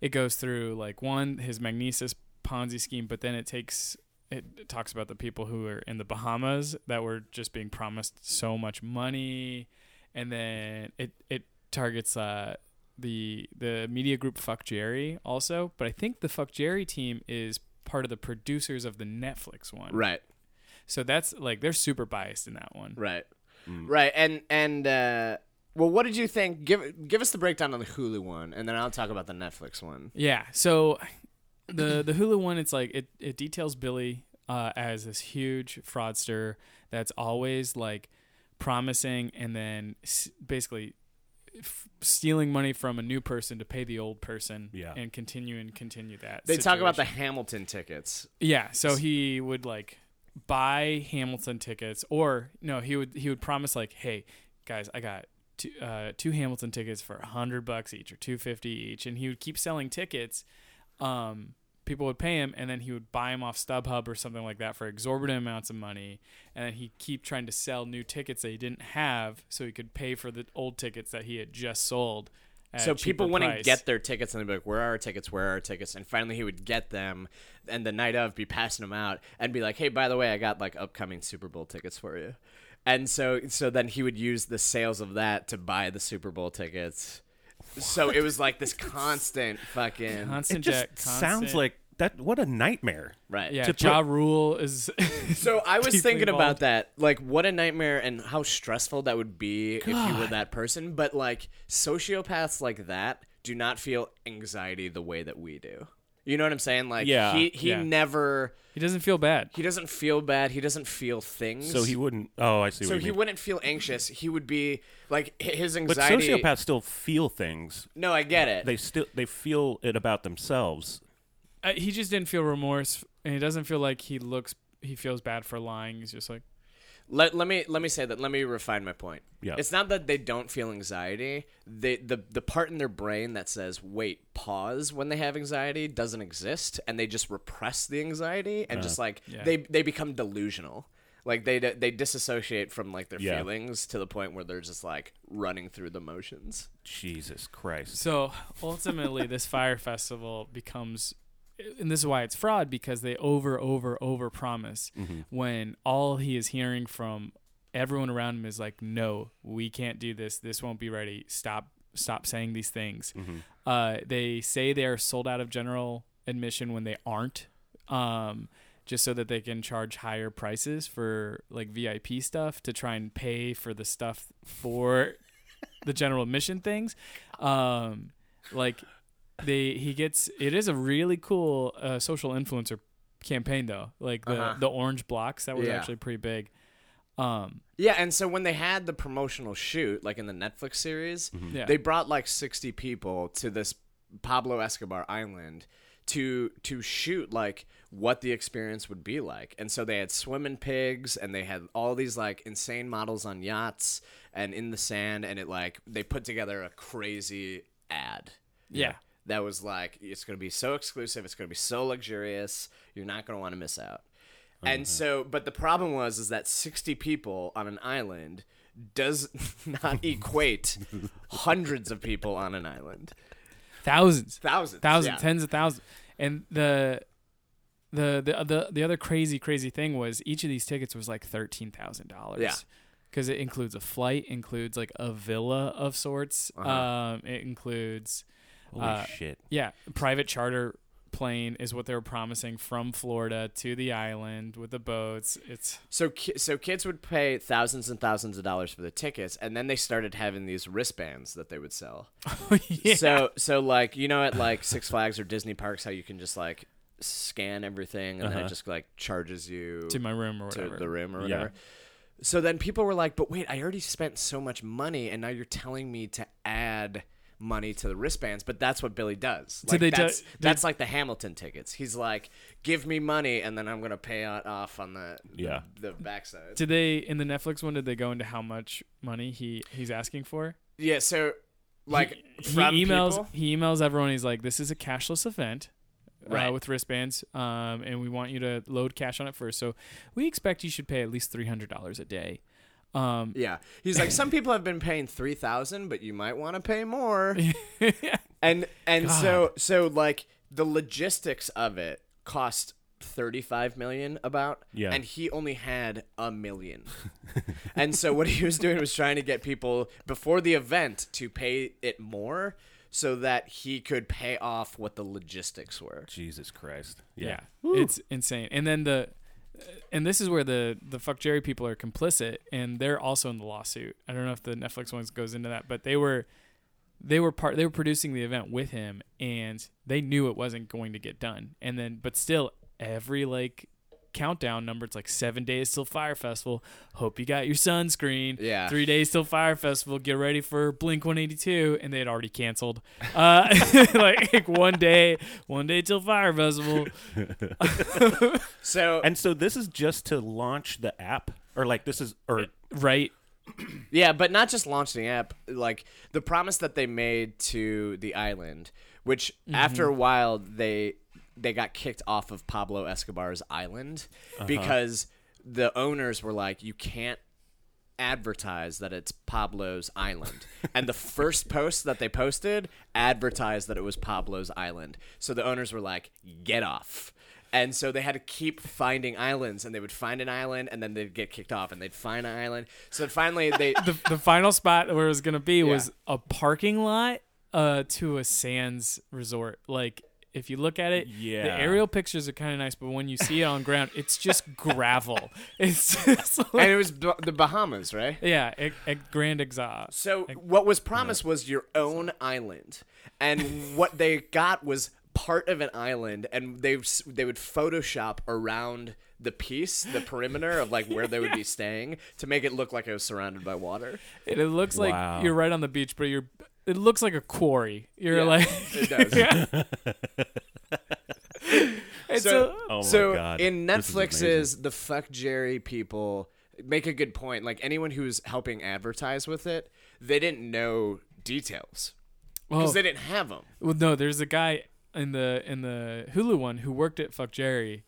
[SPEAKER 1] it goes through like one his Magnesis Ponzi scheme, but then it takes it talks about the people who are in the Bahamas that were just being promised so much money, and then it it targets uh the the media group Fuck Jerry also, but I think the Fuck Jerry team is part of the producers of the Netflix one,
[SPEAKER 2] Right.
[SPEAKER 1] So that's like they're super biased in that one.
[SPEAKER 2] Right.
[SPEAKER 4] Mm.
[SPEAKER 2] Right. And and uh well, what did you think? Give give us the breakdown on the Hulu one, and then I'll talk about the Netflix one.
[SPEAKER 1] Yeah. So the the Hulu one, it's like it it details Billy uh, as this huge fraudster that's always like promising and then s- basically f- stealing money from a new person to pay the old person
[SPEAKER 4] Yeah.
[SPEAKER 1] and continue and continue that.
[SPEAKER 2] They talk about the
[SPEAKER 1] situation.
[SPEAKER 2] Hamilton tickets.
[SPEAKER 1] Yeah, so he would like buy Hamilton tickets, or no, he would he would promise like, hey guys, I got two, uh, two Hamilton tickets for a hundred bucks each or two fifty each, and he would keep selling tickets. Um, people would pay him, and then he would buy them off StubHub or something like that for exorbitant amounts of money, and then he'd keep trying to sell new tickets that he didn't have, so he could pay for the old tickets that he had just sold. at
[SPEAKER 2] So
[SPEAKER 1] a
[SPEAKER 2] people
[SPEAKER 1] cheaper
[SPEAKER 2] wouldn't
[SPEAKER 1] price.
[SPEAKER 2] get their tickets, and they'd be like, "Where are our tickets? Where are our tickets?" And finally, he would get them, and the night of, be passing them out, and be like, "Hey, by the way, I got like upcoming Super Bowl tickets for you." And so, so then he would use the sales of that to buy the Super Bowl tickets. So it was like this constant fucking
[SPEAKER 1] constant
[SPEAKER 4] it just
[SPEAKER 1] jack,
[SPEAKER 4] sounds
[SPEAKER 1] constant-
[SPEAKER 4] like that. What a nightmare!
[SPEAKER 2] right.
[SPEAKER 1] yeah.
[SPEAKER 4] to put-
[SPEAKER 1] Ja Rule is
[SPEAKER 2] So I was
[SPEAKER 1] deeply
[SPEAKER 2] thinking about
[SPEAKER 1] involved.
[SPEAKER 2] that, like what a nightmare and how stressful that would be if you were that person. But like sociopaths like that do not feel anxiety the way that we do. You know what I'm saying? Like
[SPEAKER 4] Yeah,
[SPEAKER 2] he he
[SPEAKER 1] yeah.
[SPEAKER 2] never
[SPEAKER 1] He doesn't feel bad.
[SPEAKER 2] he doesn't feel bad. He doesn't feel things.
[SPEAKER 4] So he wouldn't. Oh, I see.
[SPEAKER 2] so
[SPEAKER 4] what you
[SPEAKER 2] he
[SPEAKER 4] mean.
[SPEAKER 2] wouldn't feel anxious. He would be like hi- his
[SPEAKER 4] But
[SPEAKER 2] anxiety.
[SPEAKER 4] sociopaths still feel things.
[SPEAKER 2] no, I get it.
[SPEAKER 4] They still they feel it about themselves.
[SPEAKER 1] Uh, he just didn't feel remorse, and he doesn't feel like he looks. He feels bad for lying. He's just like,
[SPEAKER 2] let, let me let me say that. Let me refine my point.
[SPEAKER 4] Yeah.
[SPEAKER 2] It's not that they don't feel anxiety. They, the the part in their brain that says wait pause when they have anxiety doesn't exist, and they just repress the anxiety
[SPEAKER 4] Uh-huh.
[SPEAKER 2] and just like they they become delusional. Like they they disassociate from like their
[SPEAKER 4] Yeah.
[SPEAKER 2] feelings to the point where they're just like running through the motions.
[SPEAKER 4] Jesus Christ.
[SPEAKER 1] so ultimately, this fire festival becomes, and this is why it's fraud because they over, over, over promise when all he is hearing from everyone around him is like, no, we can't do this. This won't be ready. Stop, stop saying these things. Uh, they say they are sold out of general admission when they aren't. Um, just so that they can charge higher prices for like VIP stuff to try and pay for the stuff for the general admission things. Um, like they he gets it is a really cool uh, social influencer campaign though. Like the
[SPEAKER 2] Uh-huh.
[SPEAKER 1] the orange blocks that was
[SPEAKER 2] Yeah.
[SPEAKER 1] actually pretty big. Um,
[SPEAKER 2] Yeah, and so when they had the promotional shoot, like in the Netflix series,
[SPEAKER 1] Yeah.
[SPEAKER 2] they brought like sixty people to this Pablo Escobar island to to shoot like what the experience would be like. And so they had swimming pigs and they had all these like insane models on yachts and in the sand and it like they put together a crazy ad
[SPEAKER 1] yeah.
[SPEAKER 2] that was like it's going to be so exclusive it's going to be so luxurious you're not going to want to miss out and so but the problem was is that 60 people on an island does not equate hundreds of people on an island
[SPEAKER 1] thousands,
[SPEAKER 2] thousands
[SPEAKER 1] thousands,
[SPEAKER 2] yeah.
[SPEAKER 1] tens of thousands, and the. The, the the the other crazy crazy thing was each of these tickets was like thirteen thousand dollars.
[SPEAKER 2] Yeah.
[SPEAKER 1] because it includes a flight, includes like a villa of sorts.
[SPEAKER 2] Uh-huh.
[SPEAKER 1] Um, it includes
[SPEAKER 4] Holy
[SPEAKER 1] uh,
[SPEAKER 4] shit.
[SPEAKER 1] Yeah, private charter plane is what they were promising from Florida to the island with the boats. It's
[SPEAKER 2] so ki- so kids would pay thousands and thousands of dollars for the tickets and then they started having these wristbands that they would sell So so like you know at like Six Flags or Disney parks how you can just like scan everything and then it just like charges you
[SPEAKER 1] to my room or
[SPEAKER 2] to
[SPEAKER 1] whatever.
[SPEAKER 2] the rim or
[SPEAKER 4] Yeah.
[SPEAKER 2] whatever. So then people were like, "But wait, I already spent so much money, and now you're telling me to add money to the wristbands." But that's what Billy does. Like,
[SPEAKER 1] they do-
[SPEAKER 2] that's
[SPEAKER 1] do-
[SPEAKER 2] that's like the Hamilton tickets. He's like, "Give me money, and then I'm gonna pay it off on the
[SPEAKER 4] Yeah.
[SPEAKER 2] the, backside."
[SPEAKER 1] Did they in the Netflix one? Did they go into how much money he he's asking for?
[SPEAKER 2] yeah. So like
[SPEAKER 1] He
[SPEAKER 2] from
[SPEAKER 1] emails
[SPEAKER 2] people-
[SPEAKER 1] he emails everyone. He's like, "This is a cashless event." uh,
[SPEAKER 2] Right.
[SPEAKER 1] with wristbands, um, and we want you to load cash on it first. So we expect you should pay at least three hundred dollars a day. Um,
[SPEAKER 2] Yeah, he's like, some people have been paying three thousand, but you might want to pay more. And and so so like the logistics of it cost thirty five million about.
[SPEAKER 4] Yeah.
[SPEAKER 2] And he only had a million. and so what he was doing was trying to get people before the event to pay it more, so that he could pay off what the logistics were.
[SPEAKER 4] Jesus Christ.
[SPEAKER 1] Yeah, it's insane. And then the and this is where the the fuck Jerry people are complicit, and they're also in the lawsuit. I don't know if the Netflix ones goes into that, but they were they were part they were producing the event with him, and they knew it wasn't going to get done. And then, but still, every like countdown number, it's like seven days till Fire Festival. Hope you got your sunscreen.
[SPEAKER 2] Yeah.
[SPEAKER 1] three days till Fire Festival. Get ready for Blink One Eighty Two, and they had already canceled. Uh, like, like one day, one day till Fire Festival.
[SPEAKER 2] So
[SPEAKER 4] And so this is just to launch the app, or like this is, or
[SPEAKER 1] Right.
[SPEAKER 2] Yeah, but not just launching the app. Like the promise that they made to the island, which after a while they they got kicked off of Pablo Escobar's island because the owners were like, "You can't advertise that it's Pablo's Island. and the first post that they posted advertised that it was Pablo's Island. So the owners were like, get off. And so they had to keep finding islands, and they would find an island, and then they'd get kicked off, and they'd find an island. So finally, they
[SPEAKER 1] the, the final spot where it was gonna be was a parking lot uh to a sands resort like if you look at it
[SPEAKER 4] Yeah.
[SPEAKER 1] the aerial pictures are kind of nice but when you see it on ground it's just gravel it's just like,
[SPEAKER 2] and it was B- the Bahamas, right?
[SPEAKER 1] yeah at, at grand exhaust
[SPEAKER 2] So what was promised was your own island, and what they got was part of an island, and they s- they would Photoshop around the piece, the perimeter of like where they would be staying, to make it look like it was surrounded by water.
[SPEAKER 1] it, it looks like
[SPEAKER 4] Wow.
[SPEAKER 1] you're right on the beach but you're it looks like a quarry you're
[SPEAKER 2] Yeah,
[SPEAKER 1] like
[SPEAKER 2] It does.
[SPEAKER 1] it's
[SPEAKER 2] So,
[SPEAKER 1] a-
[SPEAKER 4] oh my
[SPEAKER 2] so
[SPEAKER 4] god!
[SPEAKER 2] in
[SPEAKER 4] This is amazing.
[SPEAKER 2] Netflix's the fuck Jerry people make a good point. Like anyone who's helping advertise with it, they didn't know details because
[SPEAKER 1] oh.
[SPEAKER 2] they didn't have them.
[SPEAKER 1] Well, no, there's a guy in the in the Hulu one who worked at Fuck Jerry,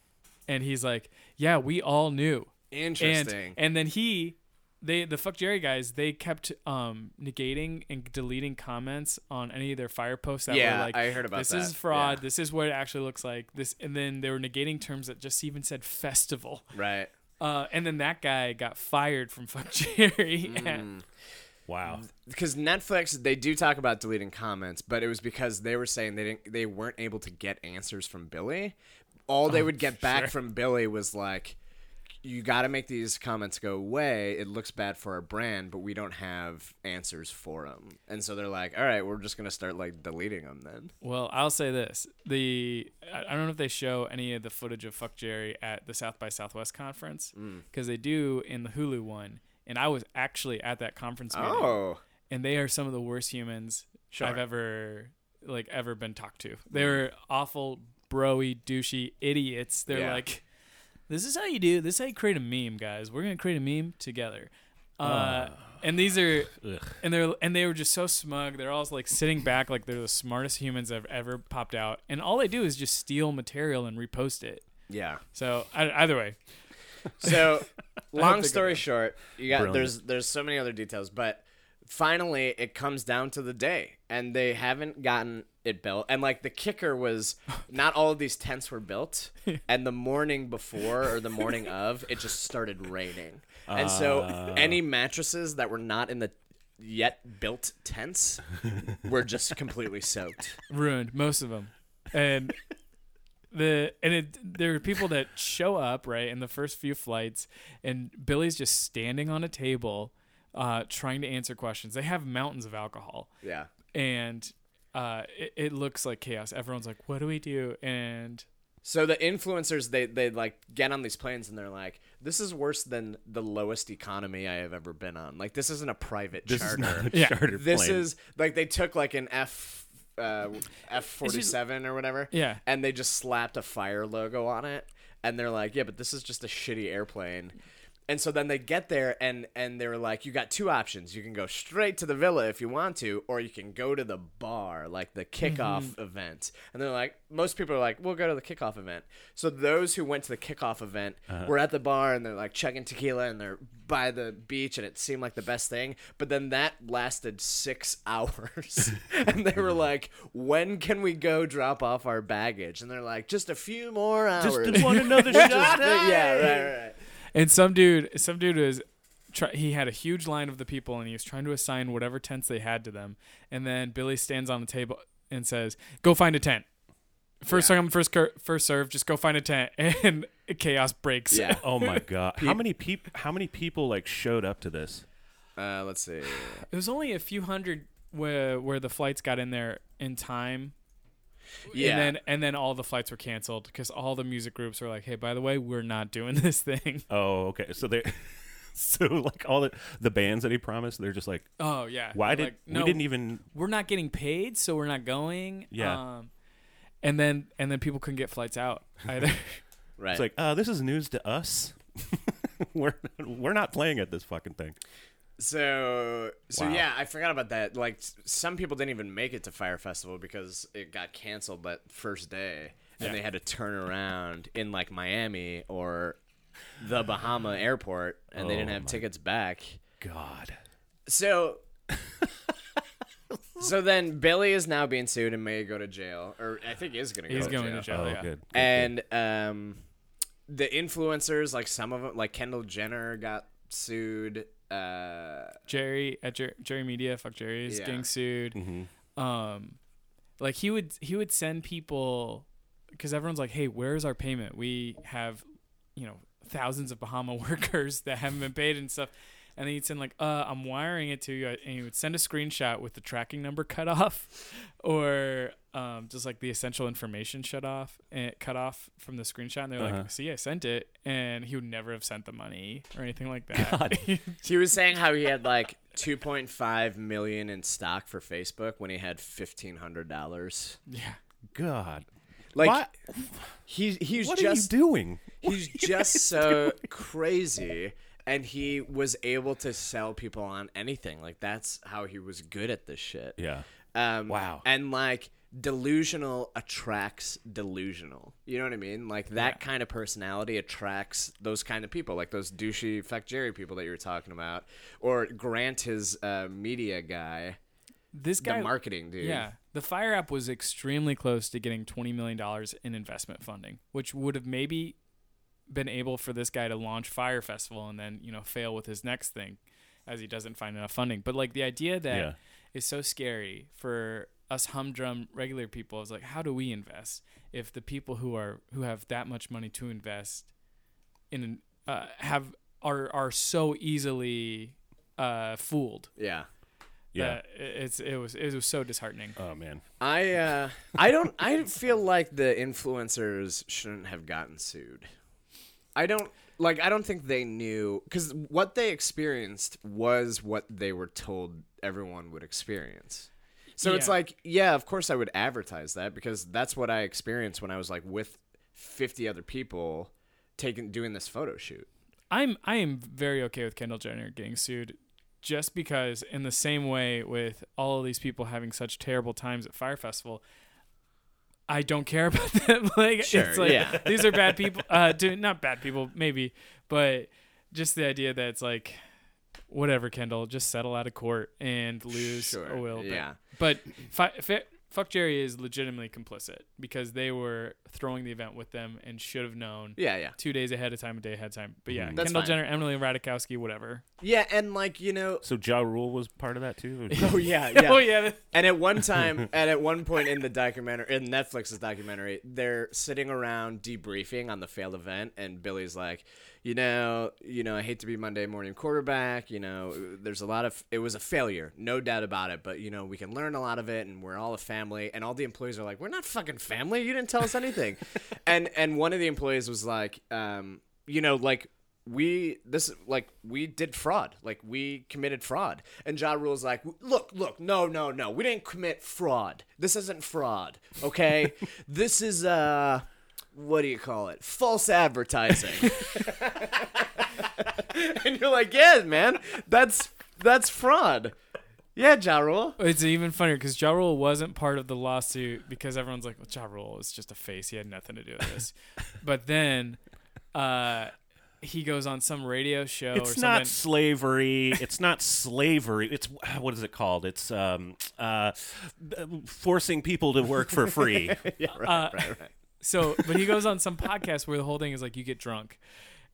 [SPEAKER 1] and he's like, "Yeah, we all knew."
[SPEAKER 2] Interesting.
[SPEAKER 1] And and then he, they the Fuck Jerry guys, they kept um negating and deleting comments on any of their fire posts that
[SPEAKER 2] Yeah,
[SPEAKER 1] were like,
[SPEAKER 2] I heard about
[SPEAKER 1] this
[SPEAKER 2] that.
[SPEAKER 1] is fraud.
[SPEAKER 2] Yeah.
[SPEAKER 1] This is what it actually looks like." This, and then they were negating terms that just even said festival.
[SPEAKER 2] right.
[SPEAKER 1] Uh, and then that guy got fired from Fuck Jerry.
[SPEAKER 2] Hmm.
[SPEAKER 4] wow,
[SPEAKER 2] because Netflix they do talk about deleting comments, but it was because they were saying they didn't they weren't able to get answers from Billy. All they would get back from Billy was like you got to make these comments go away. It looks bad for our brand, but we don't have answers for them. And so they're like, "All right, we're just going to start like deleting them then."
[SPEAKER 1] Well, I'll say this: the I I don't know if they show any of the footage of Fuck Jerry at the South by Southwest conference
[SPEAKER 2] Hmm.
[SPEAKER 1] because they do in the Hulu one, and I was actually at that conference meeting,
[SPEAKER 2] Oh.
[SPEAKER 1] and they are some of the worst humans I've ever like ever been talked to. They were awful, broy, douchey idiots. They're
[SPEAKER 2] Yeah.
[SPEAKER 1] like, "This is how you do. This is how you create a meme, guys. We're gonna create a meme together." Uh, and these are and they're and they were just so smug. They're all like sitting back, like they're the smartest humans I've ever popped out. And all they do is just steal material and repost it.
[SPEAKER 2] Yeah.
[SPEAKER 1] So I, either way,
[SPEAKER 2] So, long
[SPEAKER 1] think I
[SPEAKER 2] story short, you got
[SPEAKER 4] Brilliant.
[SPEAKER 2] there's there's so many other details, but finally it comes down to the day, and they haven't gotten it built. And like the kicker was, not all of these tents were built, and the morning before or the morning of, it just started raining, and so
[SPEAKER 1] Ah.
[SPEAKER 2] any mattresses that were not in the yet built tents were just completely soaked.
[SPEAKER 1] ruined most of them and the and it there are people that show up right in the first few flights and billy's just standing on a table uh trying to answer questions they have mountains of alcohol
[SPEAKER 2] Yeah.
[SPEAKER 1] and uh it, it looks like chaos everyone's like what do we do and
[SPEAKER 2] So the influencers they they like get on these planes and they're like, this is worse than the lowest economy I have ever been on. Like this isn't a private
[SPEAKER 4] this is
[SPEAKER 2] charter.
[SPEAKER 4] not a
[SPEAKER 1] Yeah.
[SPEAKER 4] charter
[SPEAKER 2] this
[SPEAKER 4] plane.
[SPEAKER 2] is like they took like an F uh, F forty seven or whatever.
[SPEAKER 1] Yeah.
[SPEAKER 2] And they just slapped a fire logo on it, and they're like, yeah, but this is just a shitty airplane. And so then they get there and and they're like, you got two options. You can go straight to the villa if you want to, or you can go to the bar, like the kickoff event. And they're like, most people are like, we'll go to the kickoff event. So those who went to the kickoff event
[SPEAKER 4] Uh-huh.
[SPEAKER 2] were at the bar and they're like chugging tequila and they're by the beach and it seemed like the best thing. But then that lasted six hours. and they were like, when can we go drop off our baggage? And they're like, just a few more hours.
[SPEAKER 4] Just want another shot.
[SPEAKER 2] yeah, right, right, right.
[SPEAKER 1] and some dude some dude was try, he had a huge line of the people and he was trying to assign whatever tents they had to them and then billy stands on the table and says go find a tent First come, first cur- first serve. Just go find a tent, and chaos breaks.
[SPEAKER 2] Yeah.
[SPEAKER 4] Oh my god. How many peop how many people like showed up to this?
[SPEAKER 2] Uh, let's see.
[SPEAKER 1] It was only a few hundred where where the flights got in there in time,
[SPEAKER 2] Yeah.
[SPEAKER 1] and then and then all the flights were canceled because all the music groups were like, "Hey, by the way, we're not doing this thing."
[SPEAKER 4] Oh, okay. So they so like all the the bands that he promised, they're just like
[SPEAKER 1] Oh yeah.
[SPEAKER 4] why
[SPEAKER 1] They're
[SPEAKER 4] did
[SPEAKER 1] like, no,
[SPEAKER 4] we didn't even
[SPEAKER 1] We're not getting paid, so we're not going.
[SPEAKER 4] Yeah.
[SPEAKER 1] Um, and then and then people couldn't get flights out either.
[SPEAKER 2] right.
[SPEAKER 4] it's like, uh, this is news to us. we're we're not playing at this fucking thing.
[SPEAKER 2] So, so
[SPEAKER 4] Wow.
[SPEAKER 2] yeah, I forgot about that. Like, s- some people didn't even make it to Fire Festival because it got canceled that first day, and they had to turn around in like Miami or the Bahama airport, and they didn't
[SPEAKER 4] Oh
[SPEAKER 2] have
[SPEAKER 4] my-
[SPEAKER 2] tickets back.
[SPEAKER 4] God.
[SPEAKER 2] So, so then Billy is now being sued and may go to jail, or I think is going to go.
[SPEAKER 1] He's
[SPEAKER 2] to
[SPEAKER 1] going to
[SPEAKER 2] jail.
[SPEAKER 1] jail.
[SPEAKER 4] oh,
[SPEAKER 1] yeah.
[SPEAKER 4] good. good,
[SPEAKER 2] And um, the influencers, like some of them, like Kendall Jenner, got sued. Uh,
[SPEAKER 1] Jerry at Jer- Jerry Media, fuck Jerry is
[SPEAKER 2] Yeah.
[SPEAKER 1] getting sued. Um, like he would he would send people because everyone's like, hey, where's our payment? We have, you know, thousands of Bahama workers that haven't been paid and stuff. And then he'd send like, uh, I'm wiring it to you, and he would send a screenshot with the tracking number cut off, or um, just like the essential information shut off and cut off from the screenshot. And they're
[SPEAKER 4] Uh-huh.
[SPEAKER 1] like, see, I sent it, and he would never have sent the money or anything like that.
[SPEAKER 2] He was saying how he had like 2.5 million in stock for Facebook when he had $1500.
[SPEAKER 1] yeah.
[SPEAKER 4] good. God.
[SPEAKER 2] Like
[SPEAKER 4] What-
[SPEAKER 2] he he's
[SPEAKER 4] what
[SPEAKER 2] just
[SPEAKER 4] are you doing?
[SPEAKER 2] he's just so crazy and he was able to sell people on anything. Like that's how he was good at this shit.
[SPEAKER 4] Yeah.
[SPEAKER 2] Um,
[SPEAKER 4] Wow.
[SPEAKER 2] And like delusional attracts delusional. You know what I mean? Like that kind of personality attracts those kind of people, like those douchey fuck Jerry people that you were talking about, or Grant, his uh, media guy,
[SPEAKER 1] This
[SPEAKER 2] the
[SPEAKER 1] guy
[SPEAKER 2] marketing dude.
[SPEAKER 1] Yeah. The Fire app was extremely close to getting $20 million in investment funding, which would have maybe been able for this guy to launch Fire Festival and then, you know, fail with his next thing as he doesn't find enough funding. But like the idea that is
[SPEAKER 4] Yeah.
[SPEAKER 1] so scary for us humdrum regular people is like how do we invest if the people who are who have that much money to invest in uh, have are are so easily uh, fooled
[SPEAKER 2] Yeah.
[SPEAKER 4] Yeah.
[SPEAKER 1] that it's it was it was so disheartening
[SPEAKER 4] oh man.
[SPEAKER 2] I uh, I don't I feel like the influencers shouldn't have gotten sued. I don't like I don't think they knew cuz what they experienced was what they were told everyone would experience. So it's
[SPEAKER 1] Yeah.
[SPEAKER 2] like, yeah, of course I would advertise that because that's what I experienced when I was like with 50 other people taking doing this photo shoot.
[SPEAKER 1] I'm I am very okay with Kendall Jenner getting sued just because in the same way with all of these people having such terrible times at Fire Festival I don't care about them like
[SPEAKER 2] Sure,
[SPEAKER 1] it's like
[SPEAKER 2] yeah.
[SPEAKER 1] these are bad people uh dude, not bad people maybe but just the idea that it's like whatever Kendall just settle out of court and lose
[SPEAKER 2] Sure,
[SPEAKER 1] a will bit.
[SPEAKER 2] yeah.
[SPEAKER 1] but fi- fi- fuck Jerry is legitimately complicit because they were throwing the event with them and should have known
[SPEAKER 2] Yeah, yeah.
[SPEAKER 1] two days ahead of time, a day ahead of time. But
[SPEAKER 4] Mm-hmm.
[SPEAKER 1] yeah,
[SPEAKER 2] That's
[SPEAKER 1] Kendall
[SPEAKER 2] fine.
[SPEAKER 1] Jenner, Emily Radikowski, whatever.
[SPEAKER 2] Yeah, and like, you know,
[SPEAKER 4] So Ja Rule was part of that too?
[SPEAKER 2] oh yeah, yeah.
[SPEAKER 1] Oh yeah, that-
[SPEAKER 2] And at one time, and at one point in the documentary, in Netflix's documentary, they're sitting around debriefing on the failed event, and Billy's like, you know, you know, I hate to be Monday morning quarterback. You know, there's a lot of it was a failure, no doubt about it. But you know, we can learn a lot of it, and we're all a family. And all the employees are like, we're not fucking family. You didn't tell us anything. and and one of the employees was like, um, you know, like we this like we did fraud like we committed fraud and Ja rule's like look look no no no we didn't commit fraud this isn't fraud okay this is uh what do you call it false advertising and you're like yeah man that's that's fraud yeah Ja Rule
[SPEAKER 1] it's even funnier because Ja Rule wasn't part of the lawsuit because everyone's like, well, Ja Rule is just a face. He had nothing to do with this. but then, uh, he goes on some radio show or
[SPEAKER 4] It's
[SPEAKER 1] something.
[SPEAKER 4] not slavery. It's not slavery. It's what is it called? It's um uh forcing people to work for free.
[SPEAKER 1] So, but he goes on some podcast where the whole thing is like you get drunk,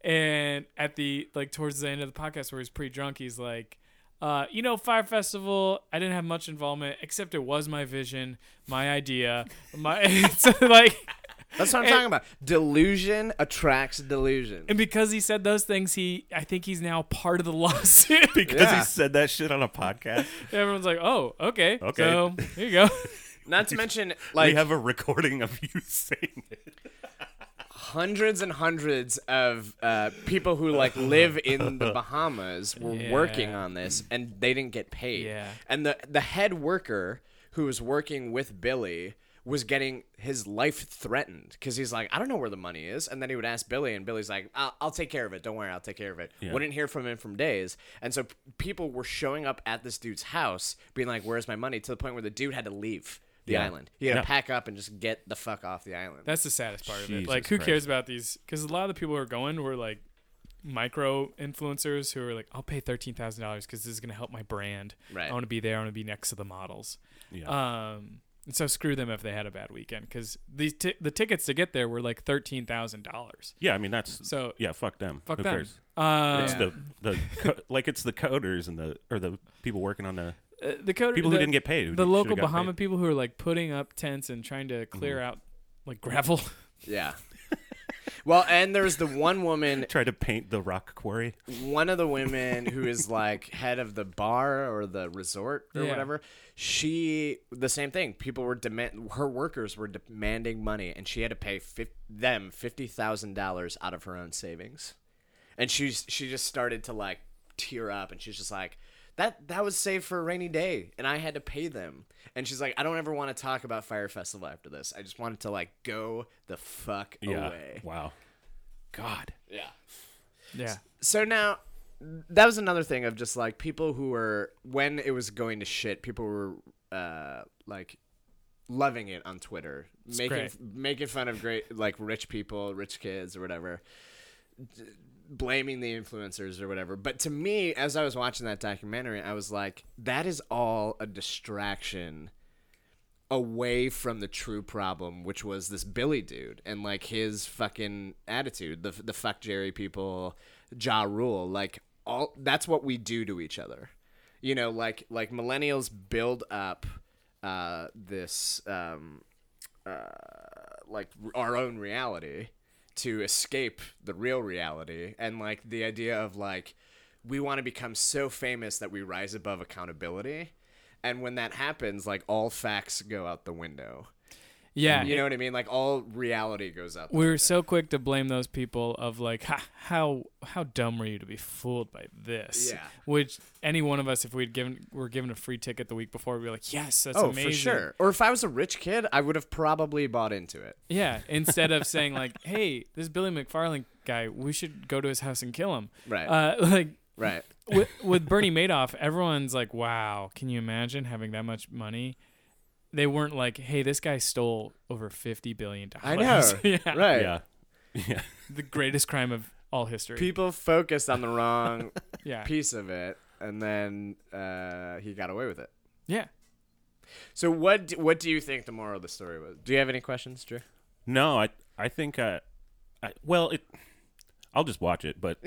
[SPEAKER 1] and at the like towards the end of the podcast where he's pretty drunk, he's like, Uh, you know, Fire Festival. I didn't have much involvement, except it was my vision, my idea, my it's like.
[SPEAKER 2] That's what I'm talking about. Delusion attracts delusion.
[SPEAKER 1] And because he said those things, he I think he's now part of the lawsuit.
[SPEAKER 4] Because
[SPEAKER 2] Yeah.
[SPEAKER 4] he said that shit on a podcast.
[SPEAKER 1] Everyone's like, "Oh, okay,
[SPEAKER 4] Okay.
[SPEAKER 1] So here you go.
[SPEAKER 2] Not to mention, like
[SPEAKER 4] we have a recording of you saying it.
[SPEAKER 2] hundreds and hundreds of uh, people who like live in the Bahamas were working
[SPEAKER 1] Yeah.
[SPEAKER 2] on this, and they didn't get paid.
[SPEAKER 1] Yeah.
[SPEAKER 2] And the the head worker who was working with Billy was getting his life threatened because he's like, I don't know where the money is, and then he would ask Billy, and Billy's like, I'll, I'll take care of it. Don't worry, I'll take care of it. Wouldn't hear from him from days, and so p- people were showing up at this dude's house, being like, Where's my money? To the point where the dude had to leave. The
[SPEAKER 4] Yeah.
[SPEAKER 2] island. He had
[SPEAKER 4] Yeah.
[SPEAKER 2] to pack up and just get the fuck off the island.
[SPEAKER 1] That's the saddest part of it.
[SPEAKER 4] Jesus
[SPEAKER 1] Like, who
[SPEAKER 4] Christ.
[SPEAKER 1] cares about these? Because a lot of the people who are going were like micro influencers who are like, "I'll pay thirteen thousand dollars because this is going to help my brand.
[SPEAKER 2] Right.
[SPEAKER 1] I want to be there. I want to be next to the models."
[SPEAKER 4] Yeah.
[SPEAKER 1] Um, and so screw them if they had a bad weekend because these ti the tickets to get there were like thirteen thousand dollars.
[SPEAKER 4] yeah, I mean that's
[SPEAKER 1] So
[SPEAKER 4] yeah, fuck them.
[SPEAKER 1] fuck
[SPEAKER 4] Who
[SPEAKER 1] them.
[SPEAKER 4] cares?
[SPEAKER 1] Uh,
[SPEAKER 4] It's the the co- like it's the coders and the or the people working on the
[SPEAKER 1] uh, the coder,
[SPEAKER 4] people
[SPEAKER 1] the,
[SPEAKER 4] who didn't get paid. who
[SPEAKER 1] the
[SPEAKER 4] should've
[SPEAKER 1] local
[SPEAKER 4] gotten
[SPEAKER 1] Bahama
[SPEAKER 4] paid.
[SPEAKER 1] people who are like putting up tents and trying to clear out like gravel.
[SPEAKER 2] Yeah. Well, and there's the one woman,
[SPEAKER 4] tried to paint the rock quarry.
[SPEAKER 2] one of the women who is like head of the bar or the resort or
[SPEAKER 1] Yeah.
[SPEAKER 2] whatever. She the same thing. People were demand her workers were demanding money, and she had to pay fif- them fifty thousand dollars out of her own savings. And she's she just started to like tear up, and she's just like. That, that was saved for a rainy day and i had to pay them and she's like i don't ever want to talk about fire festival after this i just wanted to like go the fuck
[SPEAKER 4] Yeah.
[SPEAKER 2] away
[SPEAKER 4] Wow. God.
[SPEAKER 2] yeah
[SPEAKER 1] yeah.
[SPEAKER 2] so now that was another thing of just like people who were when it was going to shit people were uh like loving it on twitter making
[SPEAKER 1] great.
[SPEAKER 2] making fun of great like rich people rich kids or whatever d- blaming the influencers or whatever but to me as i was watching that documentary i was like that is all a distraction away from the true problem, which was this Billy dude and like his fucking attitude, the the fuck Jerry people, Ja Rule, like all that's what we do to each other. You know, like like millennials build up uh, this um, uh, like r- our own reality to escape the real reality and like the idea of like we want to become so famous that we rise above accountability and when that happens like all facts go out the window
[SPEAKER 1] Yeah.
[SPEAKER 2] you know what i mean like all reality goes out the-
[SPEAKER 1] we were so quick to blame those people of like ha, how how dumb were you to be fooled by this
[SPEAKER 2] Yeah.
[SPEAKER 1] which any one of us if we'd given were given a free ticket the week before we'd be like yes that's
[SPEAKER 2] oh
[SPEAKER 1] amazing
[SPEAKER 2] for sure or if i was a rich kid i would have probably bought into it
[SPEAKER 1] yeah instead of saying like hey this billy mcfarland guy we should go to his house and kill him
[SPEAKER 2] Right.
[SPEAKER 1] uh, like
[SPEAKER 2] right
[SPEAKER 1] with, with bernie madoff everyone's like wow can you imagine having that much money they weren't like hey this guy stole over 50 billion dollars
[SPEAKER 2] i know
[SPEAKER 1] yeah
[SPEAKER 2] right
[SPEAKER 4] Yeah. Yeah.
[SPEAKER 1] the greatest crime of all history
[SPEAKER 2] people focused on the wrong
[SPEAKER 1] yeah
[SPEAKER 2] piece of it and then uh, he got away with it
[SPEAKER 1] yeah
[SPEAKER 2] so what do, what do you think the moral of the story was do you have any questions drew
[SPEAKER 4] No, I I think I, I well it I'll just watch it, but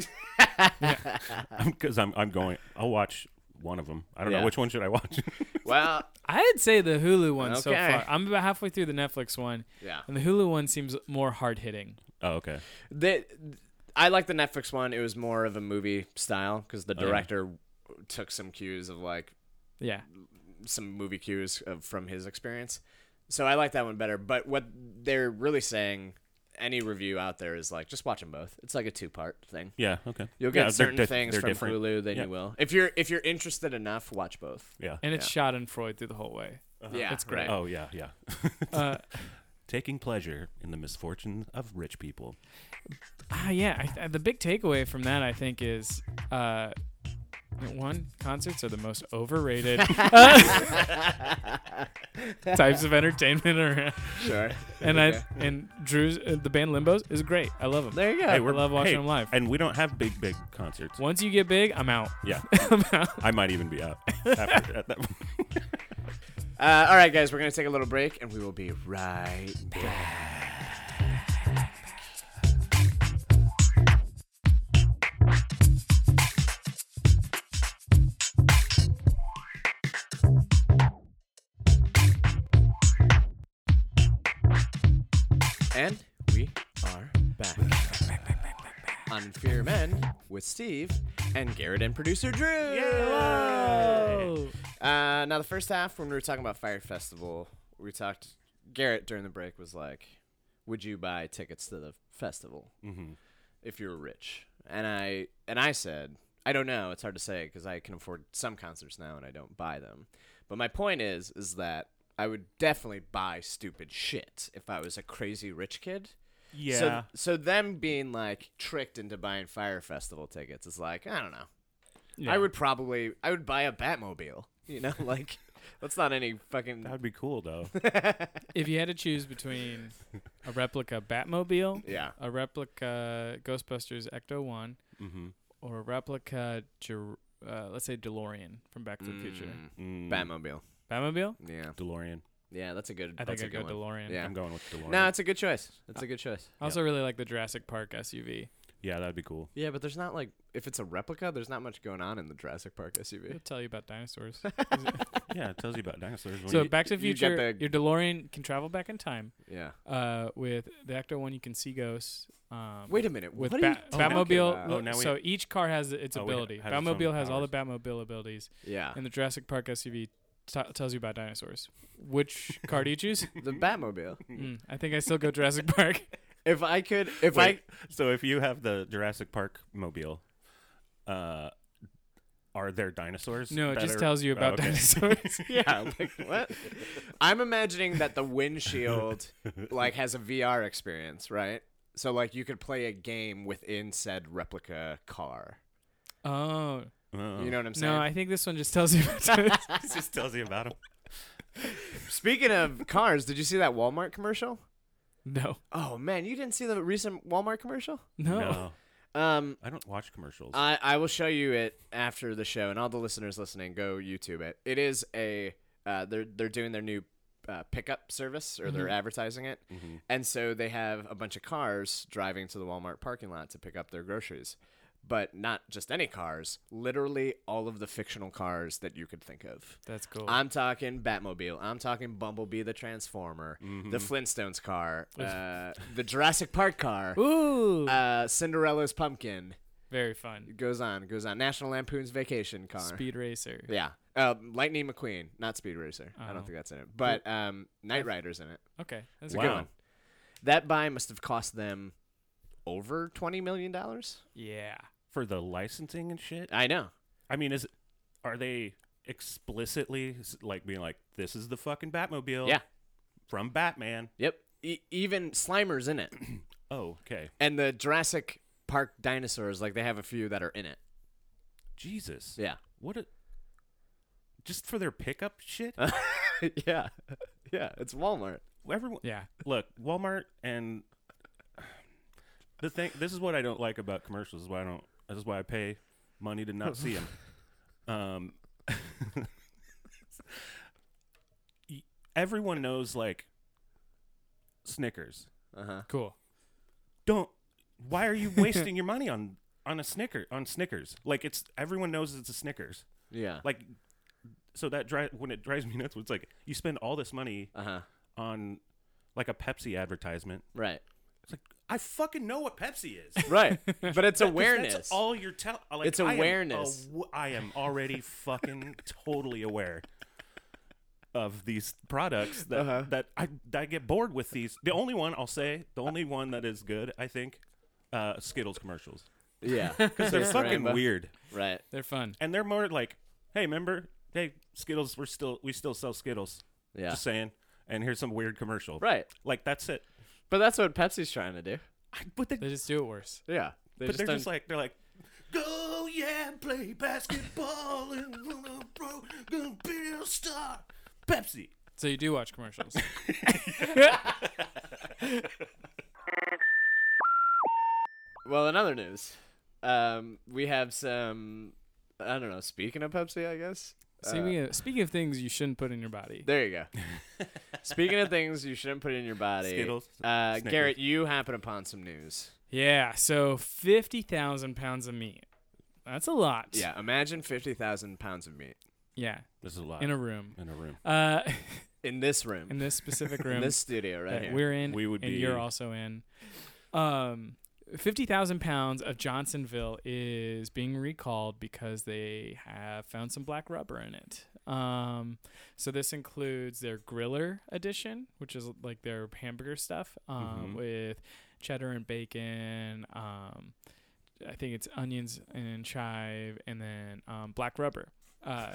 [SPEAKER 4] because I'm I'm going I'll watch one of them. I don't
[SPEAKER 2] Yeah.
[SPEAKER 4] know which one should I watch.
[SPEAKER 2] well
[SPEAKER 1] I'd say the Hulu one so
[SPEAKER 2] Okay.
[SPEAKER 1] far. I'm about halfway through the Netflix one,
[SPEAKER 2] yeah
[SPEAKER 1] and the Hulu one seems more hard hitting.
[SPEAKER 4] oh, okay.
[SPEAKER 2] the, I like the Netflix one. It was more of a movie style because the
[SPEAKER 4] Oh, yeah.
[SPEAKER 2] director took some cues of like
[SPEAKER 1] Yeah,
[SPEAKER 2] some movie cues of, from his experience. So I like that one better. But what they're really saying, any review out there is like just watch them both. It's like a two part thing.
[SPEAKER 4] Yeah. Okay.
[SPEAKER 2] You'll
[SPEAKER 4] Yeah,
[SPEAKER 2] get
[SPEAKER 4] they're
[SPEAKER 2] certain
[SPEAKER 4] di-
[SPEAKER 2] things
[SPEAKER 4] they're
[SPEAKER 2] from
[SPEAKER 4] different.
[SPEAKER 2] Hulu than
[SPEAKER 4] Yeah.
[SPEAKER 2] you will. If you're if you're interested enough, watch both.
[SPEAKER 4] Yeah.
[SPEAKER 1] and it's shot in Freud through the whole way.
[SPEAKER 2] Yeah,
[SPEAKER 1] That's great.
[SPEAKER 2] right.
[SPEAKER 4] Oh yeah, yeah.
[SPEAKER 1] Uh,
[SPEAKER 4] Taking pleasure in the misfortune of rich people.
[SPEAKER 1] ah, yeah. I, I, the big takeaway from that, I think, is uh, one concerts are the most overrated uh, types of entertainment around.
[SPEAKER 2] Sure.
[SPEAKER 1] And I and Drew's uh, the band Limbo's is great. I love them.
[SPEAKER 2] There you go.
[SPEAKER 1] I love watching
[SPEAKER 4] hey,
[SPEAKER 1] them live.
[SPEAKER 4] and we don't have big, big concerts.
[SPEAKER 1] Once you get big, I'm out.
[SPEAKER 4] Yeah,
[SPEAKER 1] I'm out.
[SPEAKER 4] I might even be out. After, at that
[SPEAKER 2] Uh, all right, guys, we're gonna take a little break, and we will be right back. on Fear Men with Steve and Garrett and producer Drew.
[SPEAKER 1] Oh.
[SPEAKER 2] Uh, now the first half, when we were talking about Fire Festival, we talked. Garrett during the break was like, "Would you buy tickets to the festival if you were rich?" And I and I said, "I don't know. It's hard to say because I can afford some concerts now and I don't buy them." But my point is, is that I would definitely buy stupid shit if I was a crazy rich kid.
[SPEAKER 4] Yeah.
[SPEAKER 2] So, so them being like tricked into buying Fire Festival tickets is like, I don't know.
[SPEAKER 1] Yeah.
[SPEAKER 2] I would probably I would buy a Batmobile. You know, like that's not any fucking
[SPEAKER 4] That'd be cool though.
[SPEAKER 1] If you had to choose between a replica Batmobile,
[SPEAKER 2] Yeah.
[SPEAKER 1] a replica Ghostbusters Ecto One,
[SPEAKER 2] Mm-hmm.
[SPEAKER 1] or a replica, Ger- uh, let's say DeLorean from Back to the Future.
[SPEAKER 4] Mm,
[SPEAKER 2] Batmobile.
[SPEAKER 1] Batmobile?
[SPEAKER 2] Yeah.
[SPEAKER 4] DeLorean.
[SPEAKER 2] Yeah, that's a good
[SPEAKER 1] I
[SPEAKER 2] that's
[SPEAKER 1] think I
[SPEAKER 2] a good
[SPEAKER 1] go
[SPEAKER 2] one.
[SPEAKER 1] DeLorean.
[SPEAKER 2] Yeah.
[SPEAKER 4] I'm going with DeLorean.
[SPEAKER 2] No, it's a good choice. It's a good choice.
[SPEAKER 1] Uh, I also really like the Jurassic Park SUV.
[SPEAKER 4] yeah, that'd be cool.
[SPEAKER 2] Yeah, but there's not like if it's a replica, there's not much going on in the Jurassic Park SUV.
[SPEAKER 1] It'll tell you about dinosaurs.
[SPEAKER 4] Yeah, it tells you about dinosaurs. when
[SPEAKER 1] so
[SPEAKER 4] you-
[SPEAKER 1] Back to the
[SPEAKER 2] you get
[SPEAKER 1] Future,
[SPEAKER 2] the-
[SPEAKER 1] your DeLorean can travel back in time.
[SPEAKER 2] Yeah.
[SPEAKER 1] Uh, with the Ecto One, you can see ghosts. Um,
[SPEAKER 2] Wait a minute.
[SPEAKER 1] with
[SPEAKER 2] what
[SPEAKER 1] Bat-
[SPEAKER 2] are you talking
[SPEAKER 1] Batmobile.
[SPEAKER 2] about?
[SPEAKER 4] Oh, now we-
[SPEAKER 1] so each car has its
[SPEAKER 4] Oh, wait,
[SPEAKER 1] ability.
[SPEAKER 4] has its own
[SPEAKER 1] Batmobile has all the
[SPEAKER 4] powers.
[SPEAKER 1] Batmobile abilities,
[SPEAKER 2] Yeah.
[SPEAKER 1] and the Jurassic Park SUV t- tells you about dinosaurs. Which car do you choose?
[SPEAKER 2] The Batmobile.
[SPEAKER 1] Mm, I think I still go Jurassic Park.
[SPEAKER 2] If I could if
[SPEAKER 4] Wait, so if you have the Jurassic Park mobile, uh, are there dinosaurs?
[SPEAKER 1] No, it
[SPEAKER 4] that
[SPEAKER 1] just
[SPEAKER 4] are-
[SPEAKER 1] tells you
[SPEAKER 4] Oh,
[SPEAKER 1] about
[SPEAKER 4] okay.
[SPEAKER 1] dinosaurs.
[SPEAKER 2] I Yeah, I'm like what? I'm imagining that the windshield like has a VR experience, right? So like you could play a game within said replica car.
[SPEAKER 1] oh
[SPEAKER 4] Oh.
[SPEAKER 2] You know what I'm saying?
[SPEAKER 1] no, I think this one just tells you about dinosaurs.
[SPEAKER 4] it just tells you about them.
[SPEAKER 2] Speaking of cars, did you see that Walmart commercial?
[SPEAKER 1] no,
[SPEAKER 2] Oh man, you didn't see the recent Walmart commercial?
[SPEAKER 1] no.
[SPEAKER 4] No,
[SPEAKER 2] Um
[SPEAKER 4] I don't watch commercials.
[SPEAKER 2] I, I will show you it after the show, and all the listeners listening, go YouTube it. It is a uh, they're they're doing their new uh, pickup service, or
[SPEAKER 1] Mm-hmm.
[SPEAKER 2] they're advertising it,
[SPEAKER 4] Mm-hmm.
[SPEAKER 2] and so they have a bunch of cars driving to the Walmart parking lot to pick up their groceries, but not just any cars, literally all of the fictional cars that you could think of.
[SPEAKER 1] That's cool.
[SPEAKER 2] I'm talking Batmobile. I'm talking Bumblebee the Transformer,
[SPEAKER 1] Mm-hmm.
[SPEAKER 2] the Flintstones car, uh, the Jurassic Park car,
[SPEAKER 1] Ooh,
[SPEAKER 2] uh, Cinderella's pumpkin
[SPEAKER 1] very fun.
[SPEAKER 2] goes on, goes on. National Lampoon's Vacation Car.
[SPEAKER 1] Speed Racer.
[SPEAKER 2] Yeah. Uh, Lightning McQueen, not Speed Racer. I
[SPEAKER 1] Oh.
[SPEAKER 2] don't think that's in it. But um, Knight Rider's in it.
[SPEAKER 1] Okay, that's
[SPEAKER 2] It's
[SPEAKER 1] a
[SPEAKER 2] a
[SPEAKER 1] good
[SPEAKER 2] good
[SPEAKER 4] Wow.
[SPEAKER 2] one. That buy must have cost them over twenty million dollars.
[SPEAKER 1] Yeah.
[SPEAKER 4] For the licensing and shit.
[SPEAKER 2] I know.
[SPEAKER 4] I mean, is are they explicitly s- like being like, "This is the fucking Batmobile"?
[SPEAKER 2] Yeah.
[SPEAKER 4] from Batman.
[SPEAKER 2] Yep. E- even Slimer's in it,
[SPEAKER 4] Oh, okay.
[SPEAKER 2] and the Jurassic Park dinosaurs, like they have a few that are in it.
[SPEAKER 4] Jesus.
[SPEAKER 2] Yeah.
[SPEAKER 4] What? A, just for their pickup shit.
[SPEAKER 2] Uh. yeah. Yeah. It's Walmart.
[SPEAKER 4] Everyone.
[SPEAKER 1] Yeah.
[SPEAKER 4] look, Walmart and the thing. This is what I don't like about commercials. Is why I don't. This is why I pay money to not see them. Um, y- everyone knows like Snickers.
[SPEAKER 2] Uh huh.
[SPEAKER 1] Cool.
[SPEAKER 4] Don't. Why are you wasting your money on on a Snicker on Snickers? Like it's everyone knows it's a Snickers.
[SPEAKER 2] Yeah.
[SPEAKER 4] Like so that dri- when it drives me nuts, it's like you spend all this money
[SPEAKER 2] Uh huh.
[SPEAKER 4] on like a Pepsi advertisement.
[SPEAKER 2] Right.
[SPEAKER 4] It's like I fucking know what Pepsi is.
[SPEAKER 2] Right. But it's awareness.
[SPEAKER 4] That's all you're telling. Like,
[SPEAKER 2] It's awareness.
[SPEAKER 4] I am, aw- I am already fucking totally aware of these products that
[SPEAKER 2] Uh-huh.
[SPEAKER 4] that I that I get bored with these. The only one I'll say, the only one that is good, I think, uh, Skittles commercials
[SPEAKER 2] yeah.
[SPEAKER 4] because they're fucking
[SPEAKER 2] Rainbow.
[SPEAKER 4] weird
[SPEAKER 2] Right.
[SPEAKER 1] They're fun.
[SPEAKER 4] and they're more like, hey, remember, hey, Skittles, we're still we still sell Skittles.
[SPEAKER 2] Yeah.
[SPEAKER 4] Just saying. And here's some weird commercial.
[SPEAKER 2] Right.
[SPEAKER 4] Like that's it.
[SPEAKER 2] But that's what Pepsi's trying to do.
[SPEAKER 4] I, but they
[SPEAKER 1] They just do it worse.
[SPEAKER 2] Yeah.
[SPEAKER 4] but they're
[SPEAKER 2] don't-
[SPEAKER 4] just like they're like go yeah play basketball and wanna bro gonna be a star pepsi
[SPEAKER 1] So you do watch commercials.
[SPEAKER 2] Well, in other news, um, we have some. I don't know. Speaking of Pepsi, I guess.
[SPEAKER 1] Speaking of, speaking of things you shouldn't put in your body.
[SPEAKER 2] There you go. speaking of things you shouldn't put in your body,
[SPEAKER 4] Skittles,
[SPEAKER 2] Uh,
[SPEAKER 4] Snickers.
[SPEAKER 2] Garrett, you happen upon some news.
[SPEAKER 1] Yeah. So fifty thousand pounds of meat. That's a lot.
[SPEAKER 2] Yeah. Imagine fifty thousand pounds of meat
[SPEAKER 1] Yeah.
[SPEAKER 4] this is a lot
[SPEAKER 1] In a room.
[SPEAKER 4] in a room
[SPEAKER 1] Uh,
[SPEAKER 2] in this room,
[SPEAKER 1] in this specific room
[SPEAKER 2] in this studio, right
[SPEAKER 1] that
[SPEAKER 2] here.
[SPEAKER 1] we're in,
[SPEAKER 4] We would
[SPEAKER 1] and
[SPEAKER 4] be-
[SPEAKER 1] you're also in. Um, fifty thousand pounds of Johnsonville is being recalled because they have found some black rubber in it. Um, so this includes their griller edition, which is like their hamburger stuff um,
[SPEAKER 2] Mm-hmm.
[SPEAKER 4] Mhm.
[SPEAKER 1] with cheddar and bacon. Um, I think it's onions and chive, and then um, black rubber. Uh,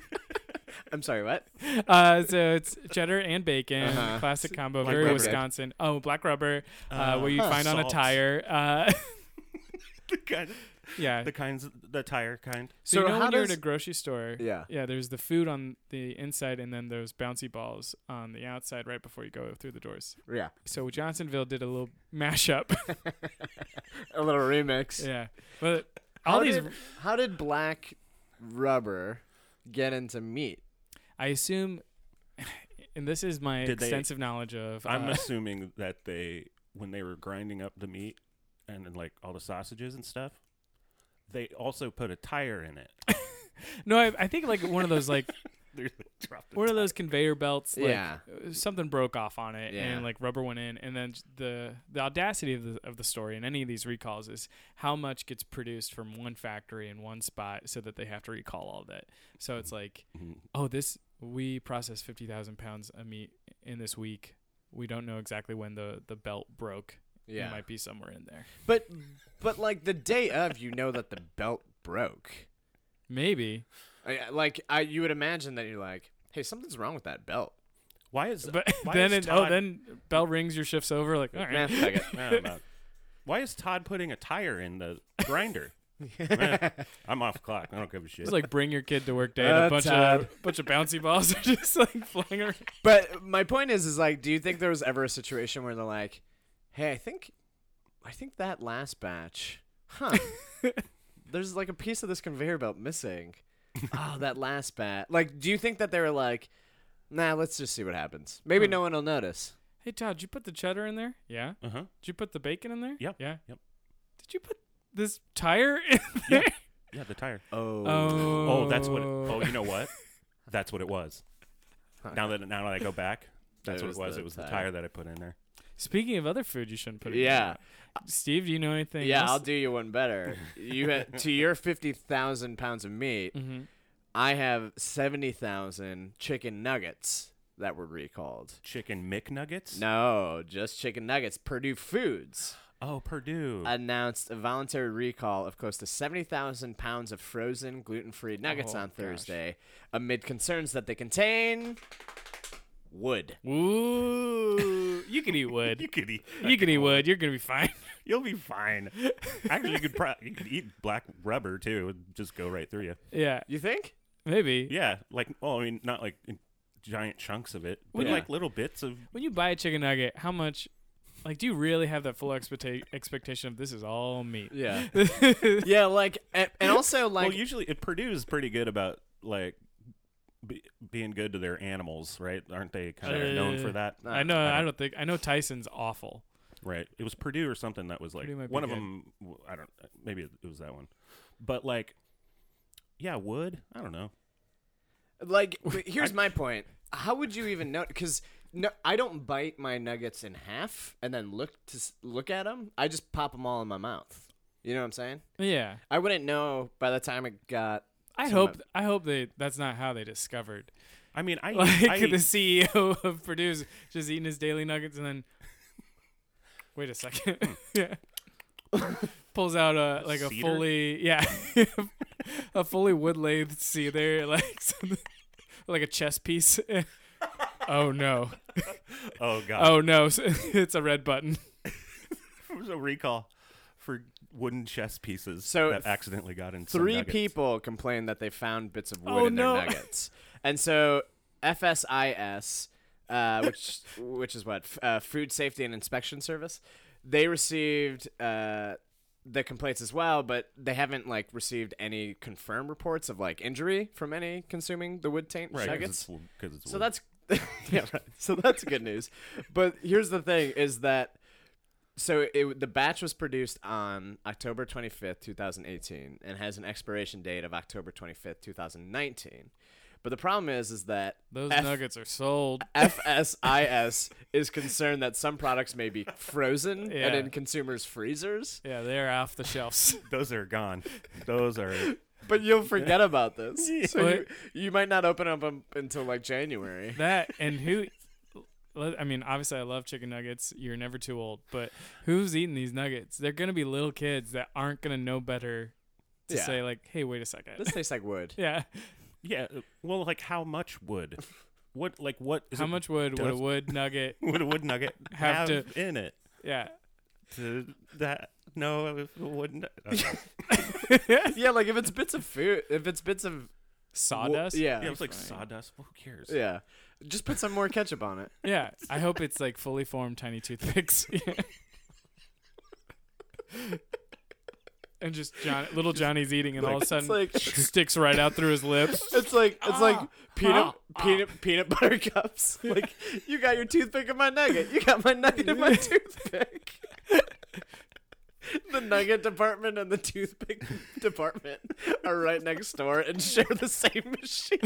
[SPEAKER 2] I'm sorry, what?
[SPEAKER 1] uh, so it's cheddar and bacon,
[SPEAKER 2] Uh-huh.
[SPEAKER 1] classic combo,
[SPEAKER 2] Black
[SPEAKER 1] very
[SPEAKER 2] rubber.
[SPEAKER 1] Wisconsin. Oh, black rubber, uh, what you
[SPEAKER 2] huh.
[SPEAKER 1] find on a
[SPEAKER 4] Salt.
[SPEAKER 1] tire. Uh,
[SPEAKER 4] the, kind,
[SPEAKER 1] yeah.
[SPEAKER 4] the kinds, the tire kind.
[SPEAKER 1] So, you
[SPEAKER 2] So
[SPEAKER 1] know
[SPEAKER 2] how
[SPEAKER 1] when you're in
[SPEAKER 2] does-
[SPEAKER 1] a grocery store,
[SPEAKER 2] Yeah.
[SPEAKER 1] yeah, there's the food on the inside, and then those bouncy balls on the outside right before you go through the doors.
[SPEAKER 2] Yeah.
[SPEAKER 1] So Johnsonville did a little mashup.
[SPEAKER 2] A little remix.
[SPEAKER 1] yeah, but
[SPEAKER 2] How
[SPEAKER 1] all these,
[SPEAKER 2] did, how did black rubber get into meat?
[SPEAKER 1] I assume, and this is my
[SPEAKER 4] Did they-
[SPEAKER 1] extensive knowledge of.
[SPEAKER 4] I'm
[SPEAKER 1] uh,
[SPEAKER 4] assuming that they, when they were grinding up the meat and then, like all the sausages and stuff, they also put a tire in it.
[SPEAKER 1] no, I, I think like one of those like
[SPEAKER 4] They, like, dropped a
[SPEAKER 1] one of those conveyor belts. Like,
[SPEAKER 2] Yeah.
[SPEAKER 1] uh, something broke off on it,
[SPEAKER 2] Yeah.
[SPEAKER 1] and like rubber went in. And then j- the the audacity of the of the story in any of these recalls is how much gets produced from one factory in one spot, so that they have to recall all of that. So it's like,
[SPEAKER 4] Mhm.
[SPEAKER 1] oh, this we processed fifty thousand pounds of meat in this week. We don't know exactly when the the belt broke.
[SPEAKER 2] Yeah.
[SPEAKER 1] It might be somewhere in there.
[SPEAKER 2] But but like the day of, you know that the belt broke.
[SPEAKER 1] Maybe.
[SPEAKER 2] I, like I, you would imagine that you're like, hey, something's wrong with that belt.
[SPEAKER 4] Why is
[SPEAKER 1] But
[SPEAKER 4] why
[SPEAKER 1] then,
[SPEAKER 4] is
[SPEAKER 1] it,
[SPEAKER 4] Todd,
[SPEAKER 1] oh, then bell rings, your shift's over. Like, all right.
[SPEAKER 2] Nah, fuck it.
[SPEAKER 4] I don't know. Why is Todd putting a tire in the grinder? Eh, I'm off clock. I don't give a shit.
[SPEAKER 1] It's like bring your kid to work day, and
[SPEAKER 2] Uh,
[SPEAKER 1] a bunch
[SPEAKER 2] Todd.
[SPEAKER 1] of bunch of bouncy balls are just like flying around.
[SPEAKER 2] But my point is, is like, do you think there was ever a situation where they're like, hey, I think, I think that last batch, huh? there's like a piece of this conveyor belt missing. Oh, that last batch. Like, do you think that they were like, nah, let's just see what happens. Maybe no one will notice.
[SPEAKER 1] Hey Todd, did you put the cheddar in there? Yeah.
[SPEAKER 4] uh huh.
[SPEAKER 1] Did you put the bacon in there?
[SPEAKER 4] Yep.
[SPEAKER 1] Yeah.
[SPEAKER 4] Yep.
[SPEAKER 1] Did you put this tire in there?
[SPEAKER 4] Yeah, the tire.
[SPEAKER 2] Oh,
[SPEAKER 1] Oh.
[SPEAKER 4] Oh, that's what. It, oh, you know what? That's what it was. Now that now that I go back, that's
[SPEAKER 2] It
[SPEAKER 4] what
[SPEAKER 2] was
[SPEAKER 4] it was.
[SPEAKER 2] the
[SPEAKER 4] It was the
[SPEAKER 2] tire.
[SPEAKER 4] tire that I put in there.
[SPEAKER 1] Speaking of other food, you
[SPEAKER 2] Oh.
[SPEAKER 1] shouldn't put it. in
[SPEAKER 2] yeah,
[SPEAKER 1] there. Steve, do you know anything?
[SPEAKER 2] yeah. I'll do you one better. You had to your fifty thousand pounds of meat.
[SPEAKER 1] hmm
[SPEAKER 2] I have seventy thousand chicken nuggets that were recalled.
[SPEAKER 4] Chicken McNuggets.
[SPEAKER 2] No, just chicken nuggets. Purdue Foods
[SPEAKER 4] Oh, Purdue.
[SPEAKER 2] announced a voluntary recall of close to 70,000 pounds of frozen gluten free nuggets
[SPEAKER 1] Oh,
[SPEAKER 2] on
[SPEAKER 1] gosh.
[SPEAKER 2] Thursday amid concerns that they contain wood.
[SPEAKER 1] Ooh, you can eat wood.
[SPEAKER 4] you
[SPEAKER 1] you,
[SPEAKER 4] could eat.
[SPEAKER 1] can eat wood. You're gonna be fine.
[SPEAKER 4] You'll be fine. Actually, you could pro- you could eat black rubber too. It'd just go right through you.
[SPEAKER 1] yeah.
[SPEAKER 2] You think?
[SPEAKER 1] Maybe.
[SPEAKER 4] Yeah, like well, I mean, not like in giant chunks of it, but
[SPEAKER 2] Yeah.
[SPEAKER 4] like little bits of.
[SPEAKER 1] When you buy a chicken nugget, how much? Like, do you really have that full expecta- expectation of this is all meat?
[SPEAKER 2] Yeah. yeah, like, and, and also, like,
[SPEAKER 4] well, usually it Purdue is pretty good about like be, being good to their animals, right? Aren't they kind of known
[SPEAKER 1] Uh,
[SPEAKER 4] for that?
[SPEAKER 1] I know. I don't think. I know Tyson's awful.
[SPEAKER 4] Right. It was Purdue or something that was like
[SPEAKER 1] Purdue might be
[SPEAKER 4] one of
[SPEAKER 1] good.
[SPEAKER 4] them. I don't. Maybe it was that one, but like, yeah, wood. I don't know.
[SPEAKER 2] like but here's my point. How would you even know? Because no, I don't bite my nuggets in half and then look to s- look at them. I just pop them all in my mouth. You know what I'm saying?
[SPEAKER 1] Yeah.
[SPEAKER 2] I wouldn't know by the time it got.
[SPEAKER 1] I
[SPEAKER 2] to
[SPEAKER 1] hope.
[SPEAKER 2] my-
[SPEAKER 1] I hope they. That's not how they discovered.
[SPEAKER 4] I mean, I,
[SPEAKER 1] like
[SPEAKER 4] I
[SPEAKER 1] the CEO of Purdue's just eating his daily nuggets and then wait a second, yeah, pulls out a like a
[SPEAKER 4] Cedar?
[SPEAKER 1] fully yeah, a fully wood lathe cedar like something- like a chess piece. oh no!
[SPEAKER 4] oh god,
[SPEAKER 1] Oh no! it's a red button.
[SPEAKER 4] it was a recall for wooden chess pieces
[SPEAKER 2] So
[SPEAKER 4] that accidentally got in some
[SPEAKER 2] Three
[SPEAKER 4] nuggets.
[SPEAKER 2] people complained that they found bits of wood
[SPEAKER 1] Oh,
[SPEAKER 2] in their
[SPEAKER 1] no.
[SPEAKER 2] nuggets, and so FSIS, uh, which which is what F- uh, Food Safety and Inspection Service, they received uh, the complaints as well, but they haven't like received any confirmed reports of like injury from any consuming the wood taint
[SPEAKER 4] right?
[SPEAKER 2] nuggets.
[SPEAKER 4] Because it's, 'cause it's
[SPEAKER 2] So
[SPEAKER 4] wood.
[SPEAKER 2] that's yeah, right. So that's good news. But here's the thing: is that so it, the batch was produced on October 25th, 2018, and has an expiration date of October 25th, 2019. But the problem is, is that
[SPEAKER 1] Those
[SPEAKER 2] F-
[SPEAKER 1] nuggets are sold.
[SPEAKER 2] FSIS is concerned that some products may be frozen
[SPEAKER 1] Yeah.
[SPEAKER 2] and in consumers' freezers.
[SPEAKER 1] Yeah, they're off the shelves.
[SPEAKER 4] Those are gone. Those are.
[SPEAKER 2] But you'll forget about this. So you,
[SPEAKER 1] What?
[SPEAKER 2] you might not open up um, until like January.
[SPEAKER 1] that and who? I mean, obviously, I love chicken nuggets. You're never too old, but who's eating these nuggets? They're gonna be little kids that aren't gonna know better to
[SPEAKER 2] Yeah.
[SPEAKER 1] say like, "Hey, wait a second.
[SPEAKER 2] This tastes like wood.
[SPEAKER 1] yeah,
[SPEAKER 4] Yeah. Well, like how much would? What like what? Is
[SPEAKER 1] how
[SPEAKER 4] it-
[SPEAKER 1] much would would a
[SPEAKER 4] does-
[SPEAKER 1] wood nugget?
[SPEAKER 4] would a wood nugget
[SPEAKER 1] Have
[SPEAKER 4] have,
[SPEAKER 1] to-
[SPEAKER 4] in it?
[SPEAKER 1] Yeah,
[SPEAKER 4] To that no, it wouldn't. Okay.
[SPEAKER 2] Yeah, like if it's bits of food, if it's bits of wo-
[SPEAKER 1] sawdust.
[SPEAKER 2] yeah,
[SPEAKER 4] Yeah, it was like sawdust. Who cares?
[SPEAKER 2] yeah. Just put some more ketchup on it.
[SPEAKER 1] yeah. I hope it's like fully formed tiny toothpicks. Yeah. and just John, little Johnny's eating, and all of a sudden,
[SPEAKER 2] like-
[SPEAKER 1] sticks right out through his lips.
[SPEAKER 2] It's like it's like peanut peanut peanut butter cups. Like you got your toothpick and my nugget. You got my nugget and my toothpick. the nugget department and the toothpick department are right next door and share the same machine.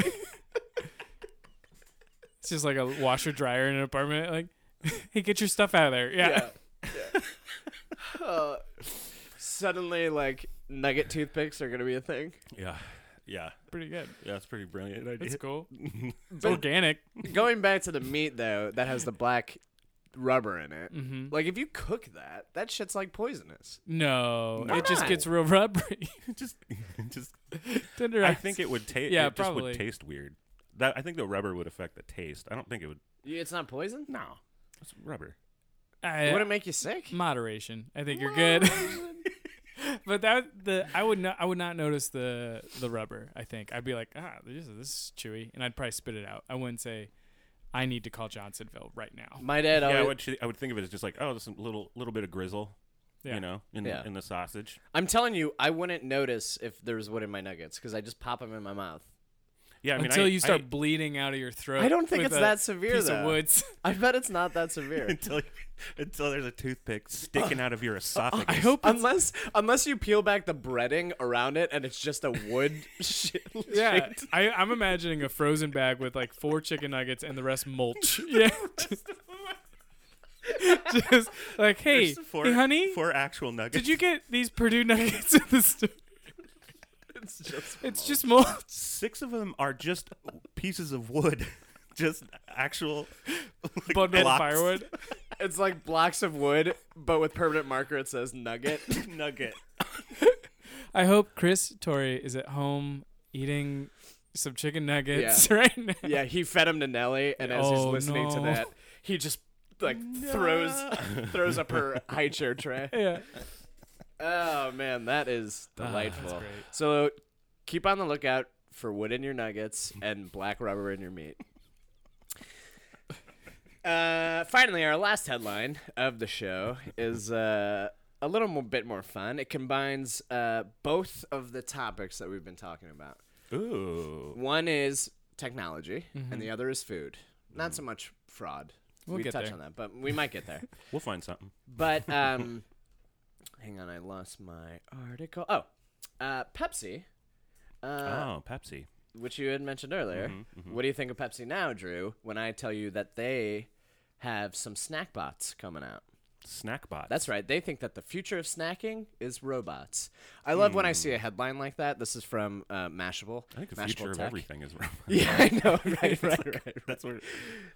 [SPEAKER 1] It's just like a washer dryer in an apartment. Like, hey, get your stuff out of there. Yeah.
[SPEAKER 2] Yeah. Uh, suddenly, like nugget toothpicks are gonna be a thing.
[SPEAKER 4] Yeah. Yeah.
[SPEAKER 1] Pretty good.
[SPEAKER 4] Yeah. That's a pretty brilliant
[SPEAKER 1] That's
[SPEAKER 4] idea.
[SPEAKER 1] cool. It's organic.
[SPEAKER 2] Going back to the meat though, that has the black rubber in it.
[SPEAKER 1] hmm
[SPEAKER 2] Like if you cook that, that shit's like poisonous.
[SPEAKER 1] No,
[SPEAKER 2] Why
[SPEAKER 1] it just
[SPEAKER 2] not?
[SPEAKER 1] gets real rubbery.
[SPEAKER 4] just, just.
[SPEAKER 1] Tender.
[SPEAKER 4] I think it would taste.
[SPEAKER 1] Yeah,
[SPEAKER 4] it just
[SPEAKER 1] probably.
[SPEAKER 4] would taste weird. That I think the rubber would affect the taste. I don't think it would.
[SPEAKER 2] It's not poison. Eh.
[SPEAKER 4] No, it's rubber.
[SPEAKER 1] I-
[SPEAKER 2] Would it make you sick?
[SPEAKER 1] moderation. I think you're good. but that the I would not I would not notice the the rubber. I think I'd be like ah this is, this is chewy, and I'd probably spit it out. I wouldn't say I need to call Johnsonville right now.
[SPEAKER 2] My dad
[SPEAKER 4] yeah, I
[SPEAKER 2] always.
[SPEAKER 4] would. I would think of it as just like, oh, there's a little, little bit of grizzle,
[SPEAKER 1] Yeah.
[SPEAKER 4] you know, in,
[SPEAKER 2] Yeah.
[SPEAKER 4] in the sausage.
[SPEAKER 2] I'm telling you, I wouldn't notice if there was wood in my nuggets because I just pop them in my mouth.
[SPEAKER 4] Yeah, I mean,
[SPEAKER 1] Until
[SPEAKER 4] I-
[SPEAKER 1] you start
[SPEAKER 4] I-
[SPEAKER 1] bleeding out of your throat.
[SPEAKER 2] I don't think
[SPEAKER 1] with
[SPEAKER 2] it's
[SPEAKER 1] a
[SPEAKER 2] that severe,
[SPEAKER 1] Piece of
[SPEAKER 2] though.
[SPEAKER 1] woods.
[SPEAKER 2] I bet it's not that severe.
[SPEAKER 4] until, until there's a toothpick sticking out of your esophagus.
[SPEAKER 1] I hope it's
[SPEAKER 2] unless unless you peel back the breading around it and it's just a wood shit.
[SPEAKER 1] Yeah, I, I'm imagining a frozen bag with like four chicken nuggets and the rest mulch. Yeah. Just like, hey,
[SPEAKER 4] There's four,
[SPEAKER 1] hey, honey,
[SPEAKER 4] four actual nuggets.
[SPEAKER 1] did you get these Purdue nuggets at the store?
[SPEAKER 2] It's just
[SPEAKER 1] It's just mulch.
[SPEAKER 4] Six of them are just pieces of wood, just actual like,
[SPEAKER 1] Bundle of
[SPEAKER 4] blocks.
[SPEAKER 1] firewood.
[SPEAKER 2] it's like blocks of wood, but with permanent marker it says nugget.
[SPEAKER 4] nugget.
[SPEAKER 1] I hope Chris Torrey is at home eating some chicken nuggets right now.
[SPEAKER 2] Yeah, he fed him to Nelly, and as he's
[SPEAKER 1] Oh,
[SPEAKER 2] listening to
[SPEAKER 1] no.
[SPEAKER 2] that, he just like throws throws up her high chair tray.
[SPEAKER 1] Yeah.
[SPEAKER 2] Oh man, that is delightful.
[SPEAKER 1] Ah, That's great.
[SPEAKER 2] So keep on the lookout for wood in your nuggets and black rubber in your meat. Uh, finally, our last headline of the show is uh, a little more, bit more fun. It combines uh, both of the topics that we've been talking about.
[SPEAKER 4] Ooh,
[SPEAKER 2] One is technology, and the other is food. Not so much fraud.
[SPEAKER 1] Mm-hmm. We'll
[SPEAKER 2] we
[SPEAKER 1] get
[SPEAKER 2] touch
[SPEAKER 1] there.
[SPEAKER 2] on that, but we might get there.
[SPEAKER 4] we'll find something.
[SPEAKER 2] But um, hang on, I lost my article. Oh, uh, Pepsi, uh,
[SPEAKER 4] oh, Pepsi.
[SPEAKER 2] which you had mentioned earlier.
[SPEAKER 4] Mm-hmm,
[SPEAKER 2] What do you think of Pepsi now, Drew? When I tell you that they have some snack bots coming out.
[SPEAKER 4] Snack bot.
[SPEAKER 2] That's right. They think that the future of snacking is robots. I love when I see a headline like that. This is from uh, Mashable.
[SPEAKER 4] Hmm. I think the
[SPEAKER 2] Mashable
[SPEAKER 4] future of
[SPEAKER 2] Tech.
[SPEAKER 4] everything is robot.
[SPEAKER 2] Yeah, I know. Right, right, right, right.
[SPEAKER 4] That's where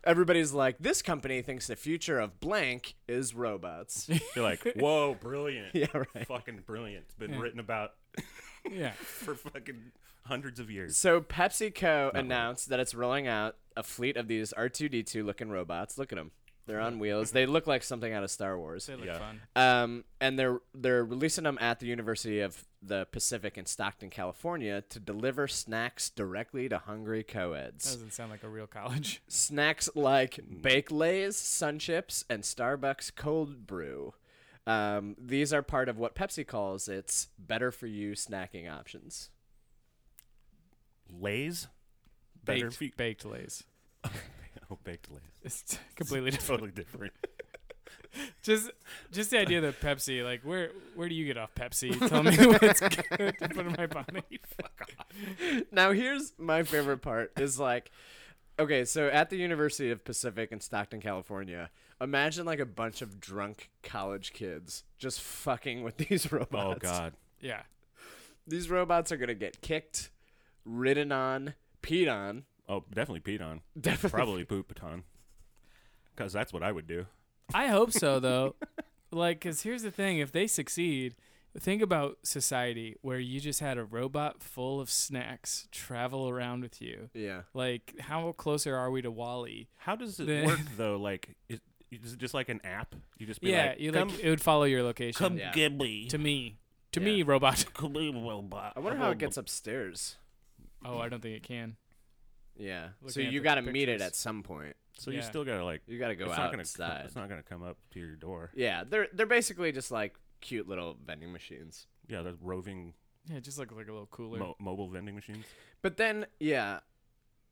[SPEAKER 2] Everybody's like, this company thinks the future of blank is robots.
[SPEAKER 4] you're like, whoa, brilliant.
[SPEAKER 2] yeah, right.
[SPEAKER 4] Fucking brilliant. It's been written about
[SPEAKER 1] Yeah.
[SPEAKER 4] for fucking hundreds of years.
[SPEAKER 2] So PepsiCo announced that it's rolling out a fleet of these R2D2 looking robots. Look at them. They're on wheels. They look like something out of Star Wars.
[SPEAKER 1] They look
[SPEAKER 4] Yeah.
[SPEAKER 1] fun.
[SPEAKER 2] Um, and they're they're releasing them at the University of the Pacific in Stockton, California, to deliver snacks directly to hungry
[SPEAKER 1] That
[SPEAKER 2] co-eds.
[SPEAKER 1] doesn't sound like a real college.
[SPEAKER 2] Snacks like bake lays, sun chips, and Starbucks cold brew. Um, these are part of what Pepsi calls its better for you snacking options.
[SPEAKER 4] Lays? Better
[SPEAKER 1] Baked,
[SPEAKER 4] feet.
[SPEAKER 1] baked lays.
[SPEAKER 4] Oh, baked lays.
[SPEAKER 1] It's completely different.
[SPEAKER 4] Totally different. Oh,
[SPEAKER 1] just just the idea that Pepsi, like where where do you get off Pepsi? Tell me what's good to put in my body.
[SPEAKER 2] Now here's my favorite part is like okay, so at the University of Pacific in Stockton, California, imagine like a bunch of drunk college kids just fucking with these
[SPEAKER 4] Oh
[SPEAKER 2] robots.
[SPEAKER 4] God.
[SPEAKER 1] Yeah.
[SPEAKER 2] These robots are gonna get kicked, ridden on, peed on.
[SPEAKER 4] Oh, definitely peed on.
[SPEAKER 2] Definitely.
[SPEAKER 4] Probably poop baton. Because that's what I would do.
[SPEAKER 1] I hope so, though. like, because here's the thing: if they succeed, think about society where you just had a robot full of snacks travel around with you.
[SPEAKER 2] Yeah.
[SPEAKER 1] Like, how closer are we to Wally?
[SPEAKER 4] How does it
[SPEAKER 1] The-
[SPEAKER 4] work though? Like, is, is it just like an app? You just be
[SPEAKER 1] yeah,
[SPEAKER 4] like,
[SPEAKER 1] you like
[SPEAKER 4] come,
[SPEAKER 1] it would follow your location.
[SPEAKER 4] come
[SPEAKER 2] Yeah.
[SPEAKER 4] get me.
[SPEAKER 1] to me, to
[SPEAKER 2] Yeah.
[SPEAKER 1] me, robot.
[SPEAKER 4] Come here, robot.
[SPEAKER 2] I wonder how it gets upstairs.
[SPEAKER 1] Oh, I don't think it can.
[SPEAKER 2] Yeah. so
[SPEAKER 1] Looking at
[SPEAKER 2] you
[SPEAKER 1] the
[SPEAKER 2] gotta meet it
[SPEAKER 1] pictures.
[SPEAKER 2] at some point.
[SPEAKER 4] So
[SPEAKER 1] Yeah.
[SPEAKER 4] you still gotta like.
[SPEAKER 2] You gotta go
[SPEAKER 4] it's not gonna.
[SPEAKER 2] outside.
[SPEAKER 4] Come, it's not gonna come up to your door.
[SPEAKER 2] Yeah, they're they're basically just like cute little vending machines.
[SPEAKER 4] Yeah, the roving
[SPEAKER 1] Yeah, it just look like a little cooler.
[SPEAKER 4] mo- mobile vending machines.
[SPEAKER 2] But then, yeah,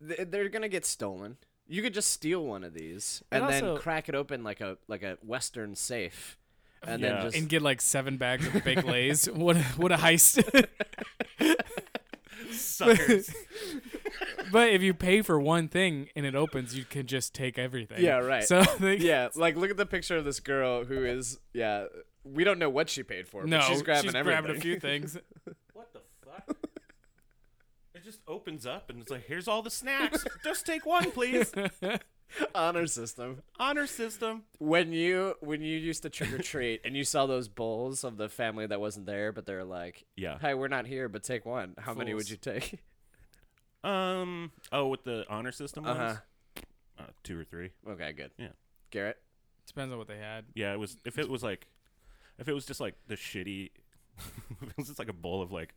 [SPEAKER 2] th- they're gonna get stolen. You could just steal one of these
[SPEAKER 1] And
[SPEAKER 2] and, then
[SPEAKER 1] also-
[SPEAKER 2] crack it open like a like a Western safe, and
[SPEAKER 4] Yeah.
[SPEAKER 2] then just
[SPEAKER 1] and get like seven bags of baked lays. What a, what a heist!
[SPEAKER 3] Suckers.
[SPEAKER 1] but if you pay for one thing and it opens, you can just take everything.
[SPEAKER 2] Yeah, right.
[SPEAKER 1] So they,
[SPEAKER 2] yeah, like look at the picture of this girl who is yeah. We don't know what she paid for.
[SPEAKER 1] no,
[SPEAKER 2] but she's grabbing everything.
[SPEAKER 1] a few things.
[SPEAKER 4] What the fuck? It just opens up and it's like, here's all the snacks. just take one, please.
[SPEAKER 2] honor system.
[SPEAKER 4] Honor system.
[SPEAKER 2] When you when you used to trick or treat and you saw those bowls of the family that wasn't there, but they're like,
[SPEAKER 4] Yeah.
[SPEAKER 2] hey, we're not here, but take one. How many would
[SPEAKER 1] Fools.
[SPEAKER 2] you take?
[SPEAKER 4] Um. Oh, with the honor system
[SPEAKER 2] Uh
[SPEAKER 4] ones?
[SPEAKER 2] huh.
[SPEAKER 4] Uh, two or three.
[SPEAKER 2] Okay, good.
[SPEAKER 4] Yeah.
[SPEAKER 2] Garrett.
[SPEAKER 1] Depends on what they had.
[SPEAKER 4] Yeah, it was. If it was like, if it was just like the shitty, if it was just like a bowl of like,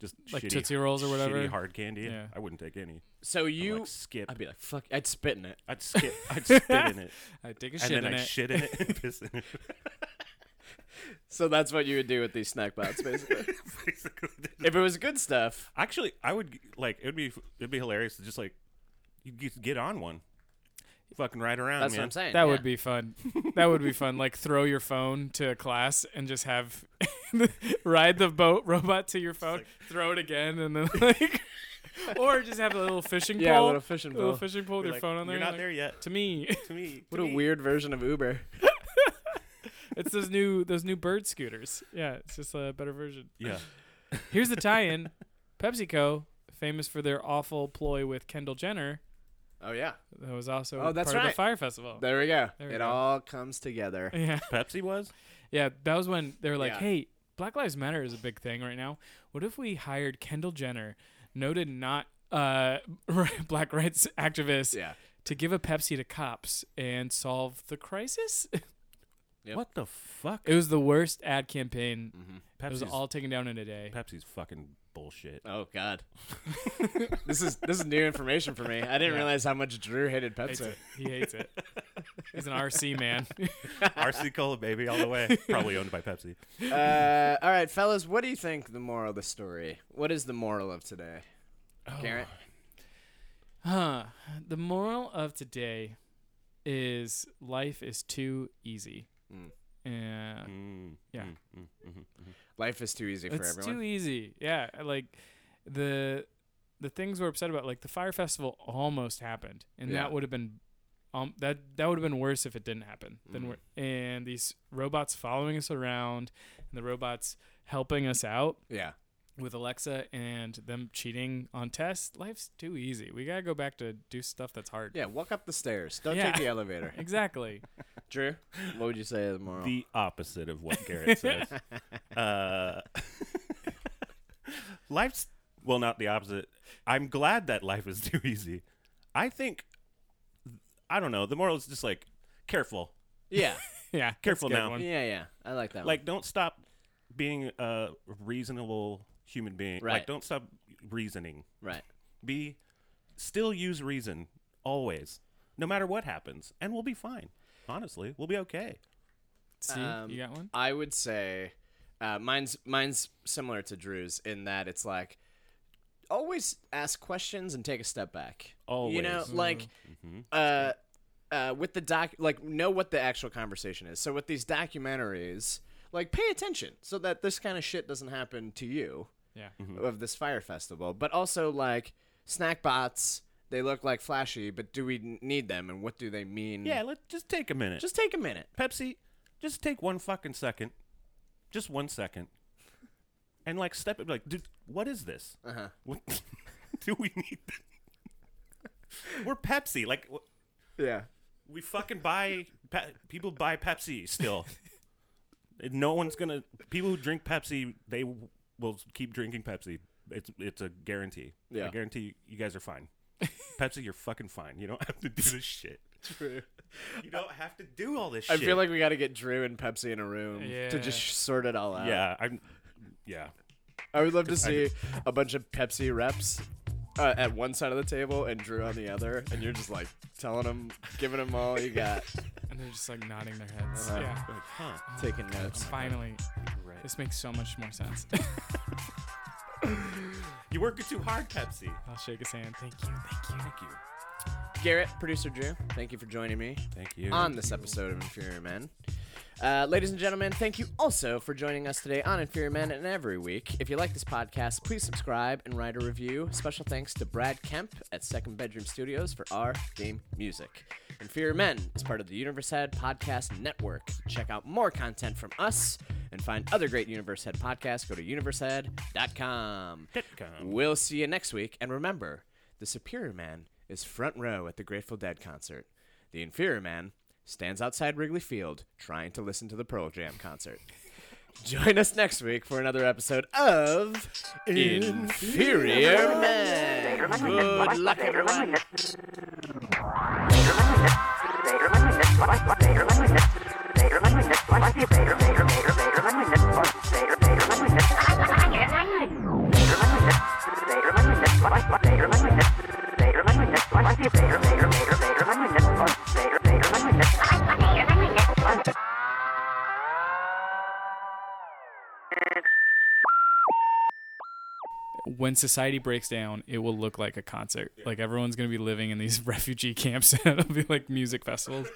[SPEAKER 4] just
[SPEAKER 1] Like
[SPEAKER 4] shitty,
[SPEAKER 1] Tootsie Rolls or whatever?
[SPEAKER 4] shitty hard candy.
[SPEAKER 1] Yeah.
[SPEAKER 4] I wouldn't take any.
[SPEAKER 2] So
[SPEAKER 4] You
[SPEAKER 2] you,
[SPEAKER 4] like, skip.
[SPEAKER 2] I'd be like, fuck, I'd spit in it.
[SPEAKER 4] I'd skip. I'd spit in it,
[SPEAKER 1] I take a
[SPEAKER 4] and
[SPEAKER 1] shit
[SPEAKER 4] then
[SPEAKER 1] in
[SPEAKER 4] I
[SPEAKER 1] it.
[SPEAKER 4] shit in it and piss in it.
[SPEAKER 2] So that's what you would do with these snack bots, basically.
[SPEAKER 4] Basically,
[SPEAKER 2] if it was good stuff,
[SPEAKER 4] actually, I would like. It would be. It'd be hilarious to just like, you just get on one, fucking ride around.
[SPEAKER 2] that's
[SPEAKER 4] man.
[SPEAKER 2] what I'm saying.
[SPEAKER 1] that
[SPEAKER 2] yeah.
[SPEAKER 1] would be fun. That would be fun. Like throw your phone to a class and just have ride the boat robot to your phone, throw it again, and then like, or just have a little fishing
[SPEAKER 2] Yeah, a
[SPEAKER 1] pole,
[SPEAKER 2] little fishing
[SPEAKER 1] little
[SPEAKER 2] pole.
[SPEAKER 1] fishing pole with your
[SPEAKER 4] You're like,
[SPEAKER 1] phone on there.
[SPEAKER 4] You're not
[SPEAKER 1] like,
[SPEAKER 4] there yet.
[SPEAKER 1] To me,
[SPEAKER 4] To me.
[SPEAKER 2] What
[SPEAKER 4] to
[SPEAKER 2] a
[SPEAKER 4] me.
[SPEAKER 2] weird version of Uber.
[SPEAKER 1] it's those new those new bird scooters. Yeah, it's just a better version.
[SPEAKER 4] Yeah.
[SPEAKER 1] Here's the tie-in: PepsiCo, famous for their awful ploy with Kendall Jenner,
[SPEAKER 2] Oh yeah,
[SPEAKER 1] that was also
[SPEAKER 2] Oh, that's
[SPEAKER 1] part of
[SPEAKER 2] right.
[SPEAKER 1] the Fire Festival.
[SPEAKER 2] there we go.
[SPEAKER 1] There we
[SPEAKER 2] it
[SPEAKER 1] go.
[SPEAKER 2] all comes together.
[SPEAKER 1] yeah.
[SPEAKER 4] Pepsi was.
[SPEAKER 1] Yeah, that was when they were like,
[SPEAKER 2] Yeah.
[SPEAKER 1] "Hey, Black Lives Matter is a big thing right now. What if we hired Kendall Jenner, noted not uh, black rights activist,
[SPEAKER 2] Yeah.
[SPEAKER 1] to give a Pepsi to cops and solve the crisis?"
[SPEAKER 2] Yep.
[SPEAKER 4] What the fuck?
[SPEAKER 1] it was the worst ad campaign.
[SPEAKER 2] Mm-hmm.
[SPEAKER 1] It was
[SPEAKER 4] Pepsi's,
[SPEAKER 1] all taken down in a day.
[SPEAKER 4] Pepsi's fucking bullshit.
[SPEAKER 2] Oh god, this is this is new information for me. I didn't realize how much Drew hated
[SPEAKER 1] Hates
[SPEAKER 2] Pepsi.
[SPEAKER 1] it. He hates it. He's an RC man.
[SPEAKER 4] RC Cola, baby, all the way. Probably owned by Pepsi.
[SPEAKER 2] Uh, all right, fellas, what do you think the moral of the story? What is the moral of today,
[SPEAKER 1] Oh,
[SPEAKER 2] Garrett?
[SPEAKER 1] huh. The moral of today is life is too easy.
[SPEAKER 2] Mm.
[SPEAKER 1] Yeah.
[SPEAKER 4] Mm,
[SPEAKER 1] Yeah.
[SPEAKER 4] mm, mm, mhm, mhm.
[SPEAKER 2] Life is too easy for
[SPEAKER 1] it's
[SPEAKER 2] everyone.
[SPEAKER 1] too easy. Yeah, like the the things we're upset about, like the fire festival almost happened, and
[SPEAKER 2] Yeah.
[SPEAKER 1] that would have been um that that would have been worse if it didn't happen.
[SPEAKER 2] Mm.
[SPEAKER 1] Then we're and these robots following us around, and the robots helping us out
[SPEAKER 2] yeah,
[SPEAKER 1] with Alexa and them cheating on tests. Life's too easy. We gotta go back to do stuff that's hard.
[SPEAKER 2] yeah. Walk up the stairs. Don't
[SPEAKER 1] Yeah.
[SPEAKER 2] take the elevator.
[SPEAKER 1] Exactly.
[SPEAKER 2] Drew, what would you say is the moral?
[SPEAKER 4] The opposite of what Garrett says. uh, life's well, not the opposite. I'm glad that life is too easy. I think I don't know. The moral is just like careful,
[SPEAKER 2] yeah,
[SPEAKER 1] yeah. that's a
[SPEAKER 4] Careful
[SPEAKER 1] good
[SPEAKER 4] now.
[SPEAKER 1] one.
[SPEAKER 2] yeah, yeah. I like that.
[SPEAKER 4] like don't stop being a reasonable human being.
[SPEAKER 2] Right.
[SPEAKER 4] Like don't stop reasoning.
[SPEAKER 2] one. right.
[SPEAKER 4] Be still use reason always, no matter what happens, and we'll be fine. Honestly, we'll be okay.
[SPEAKER 1] See,
[SPEAKER 2] Um,
[SPEAKER 1] you got one.
[SPEAKER 2] I would say uh, mine's mine's similar to Drew's in that it's like always ask questions and take a step back. You know,
[SPEAKER 4] Always.
[SPEAKER 2] like uh, uh, with the doc, like know what the actual conversation is. So with these documentaries, like pay attention so that this kind of shit doesn't happen to you
[SPEAKER 1] Yeah.
[SPEAKER 4] Mm-hmm.
[SPEAKER 2] of this fire festival. But also like snack bots, they look like flashy, but do we n- need them and what do they mean?
[SPEAKER 4] Yeah, let's just take a minute.
[SPEAKER 2] just take a minute.
[SPEAKER 4] Pepsi, just take one fucking second, just one second, and like step like, dude, what is this? Uh-huh. What do we need? th- We're Pepsi. Like w-
[SPEAKER 2] Yeah.
[SPEAKER 4] we fucking buy pe- people buy Pepsi still. no one's gonna people who drink Pepsi they w- will keep drinking Pepsi. It's it's a guarantee.
[SPEAKER 2] Yeah.
[SPEAKER 4] I guarantee you, you guys are fine. Pepsi, you're fucking fine. You don't have to do this shit.
[SPEAKER 2] True.
[SPEAKER 4] You don't have to do all this
[SPEAKER 2] I
[SPEAKER 4] shit.
[SPEAKER 2] feel like we got to get Drew and Pepsi in a room to
[SPEAKER 1] Yeah.
[SPEAKER 2] just sort it all out.
[SPEAKER 4] yeah, I'm yeah.
[SPEAKER 2] I would love to see a bunch of Pepsi reps uh, at one side of the table and Drew on the other, and you're just like telling them, giving them all you got,
[SPEAKER 1] And they're just like nodding their heads.
[SPEAKER 2] Uh-huh.
[SPEAKER 1] Yeah.
[SPEAKER 4] Huh.
[SPEAKER 2] taking notes.
[SPEAKER 1] Finally,
[SPEAKER 4] Right.
[SPEAKER 1] this makes so much more sense.
[SPEAKER 4] You working too hard, Pepsi.
[SPEAKER 1] I'll shake his hand. Thank you. Thank you.
[SPEAKER 4] Thank you.
[SPEAKER 2] Garrett, producer Drew, thank you for joining me
[SPEAKER 4] Thank you.
[SPEAKER 2] on this episode of Inferior Men. Uh, ladies and gentlemen, thank you also for joining us today on Inferior Men and every week. If you like this podcast, please subscribe and write a review. Special thanks to Brad Kemp at Second Bedroom Studios for our theme music. Inferior Men is part of the Universe Head Podcast Network. Check out more content from us and find other great Universe Head podcasts. Go to universehead.com.
[SPEAKER 4] com.
[SPEAKER 2] We'll see you next week. And remember, the superior man is front row at the Grateful Dead concert. The inferior man stands outside Wrigley Field trying to listen to the Pearl Jam concert. Join us next week for another episode of Inferior Man. Good luck, everyone.
[SPEAKER 5] Later,
[SPEAKER 1] When society breaks down, it will look like a concert. Like everyone's gonna be living in these refugee camps, and it'll be like music festivals.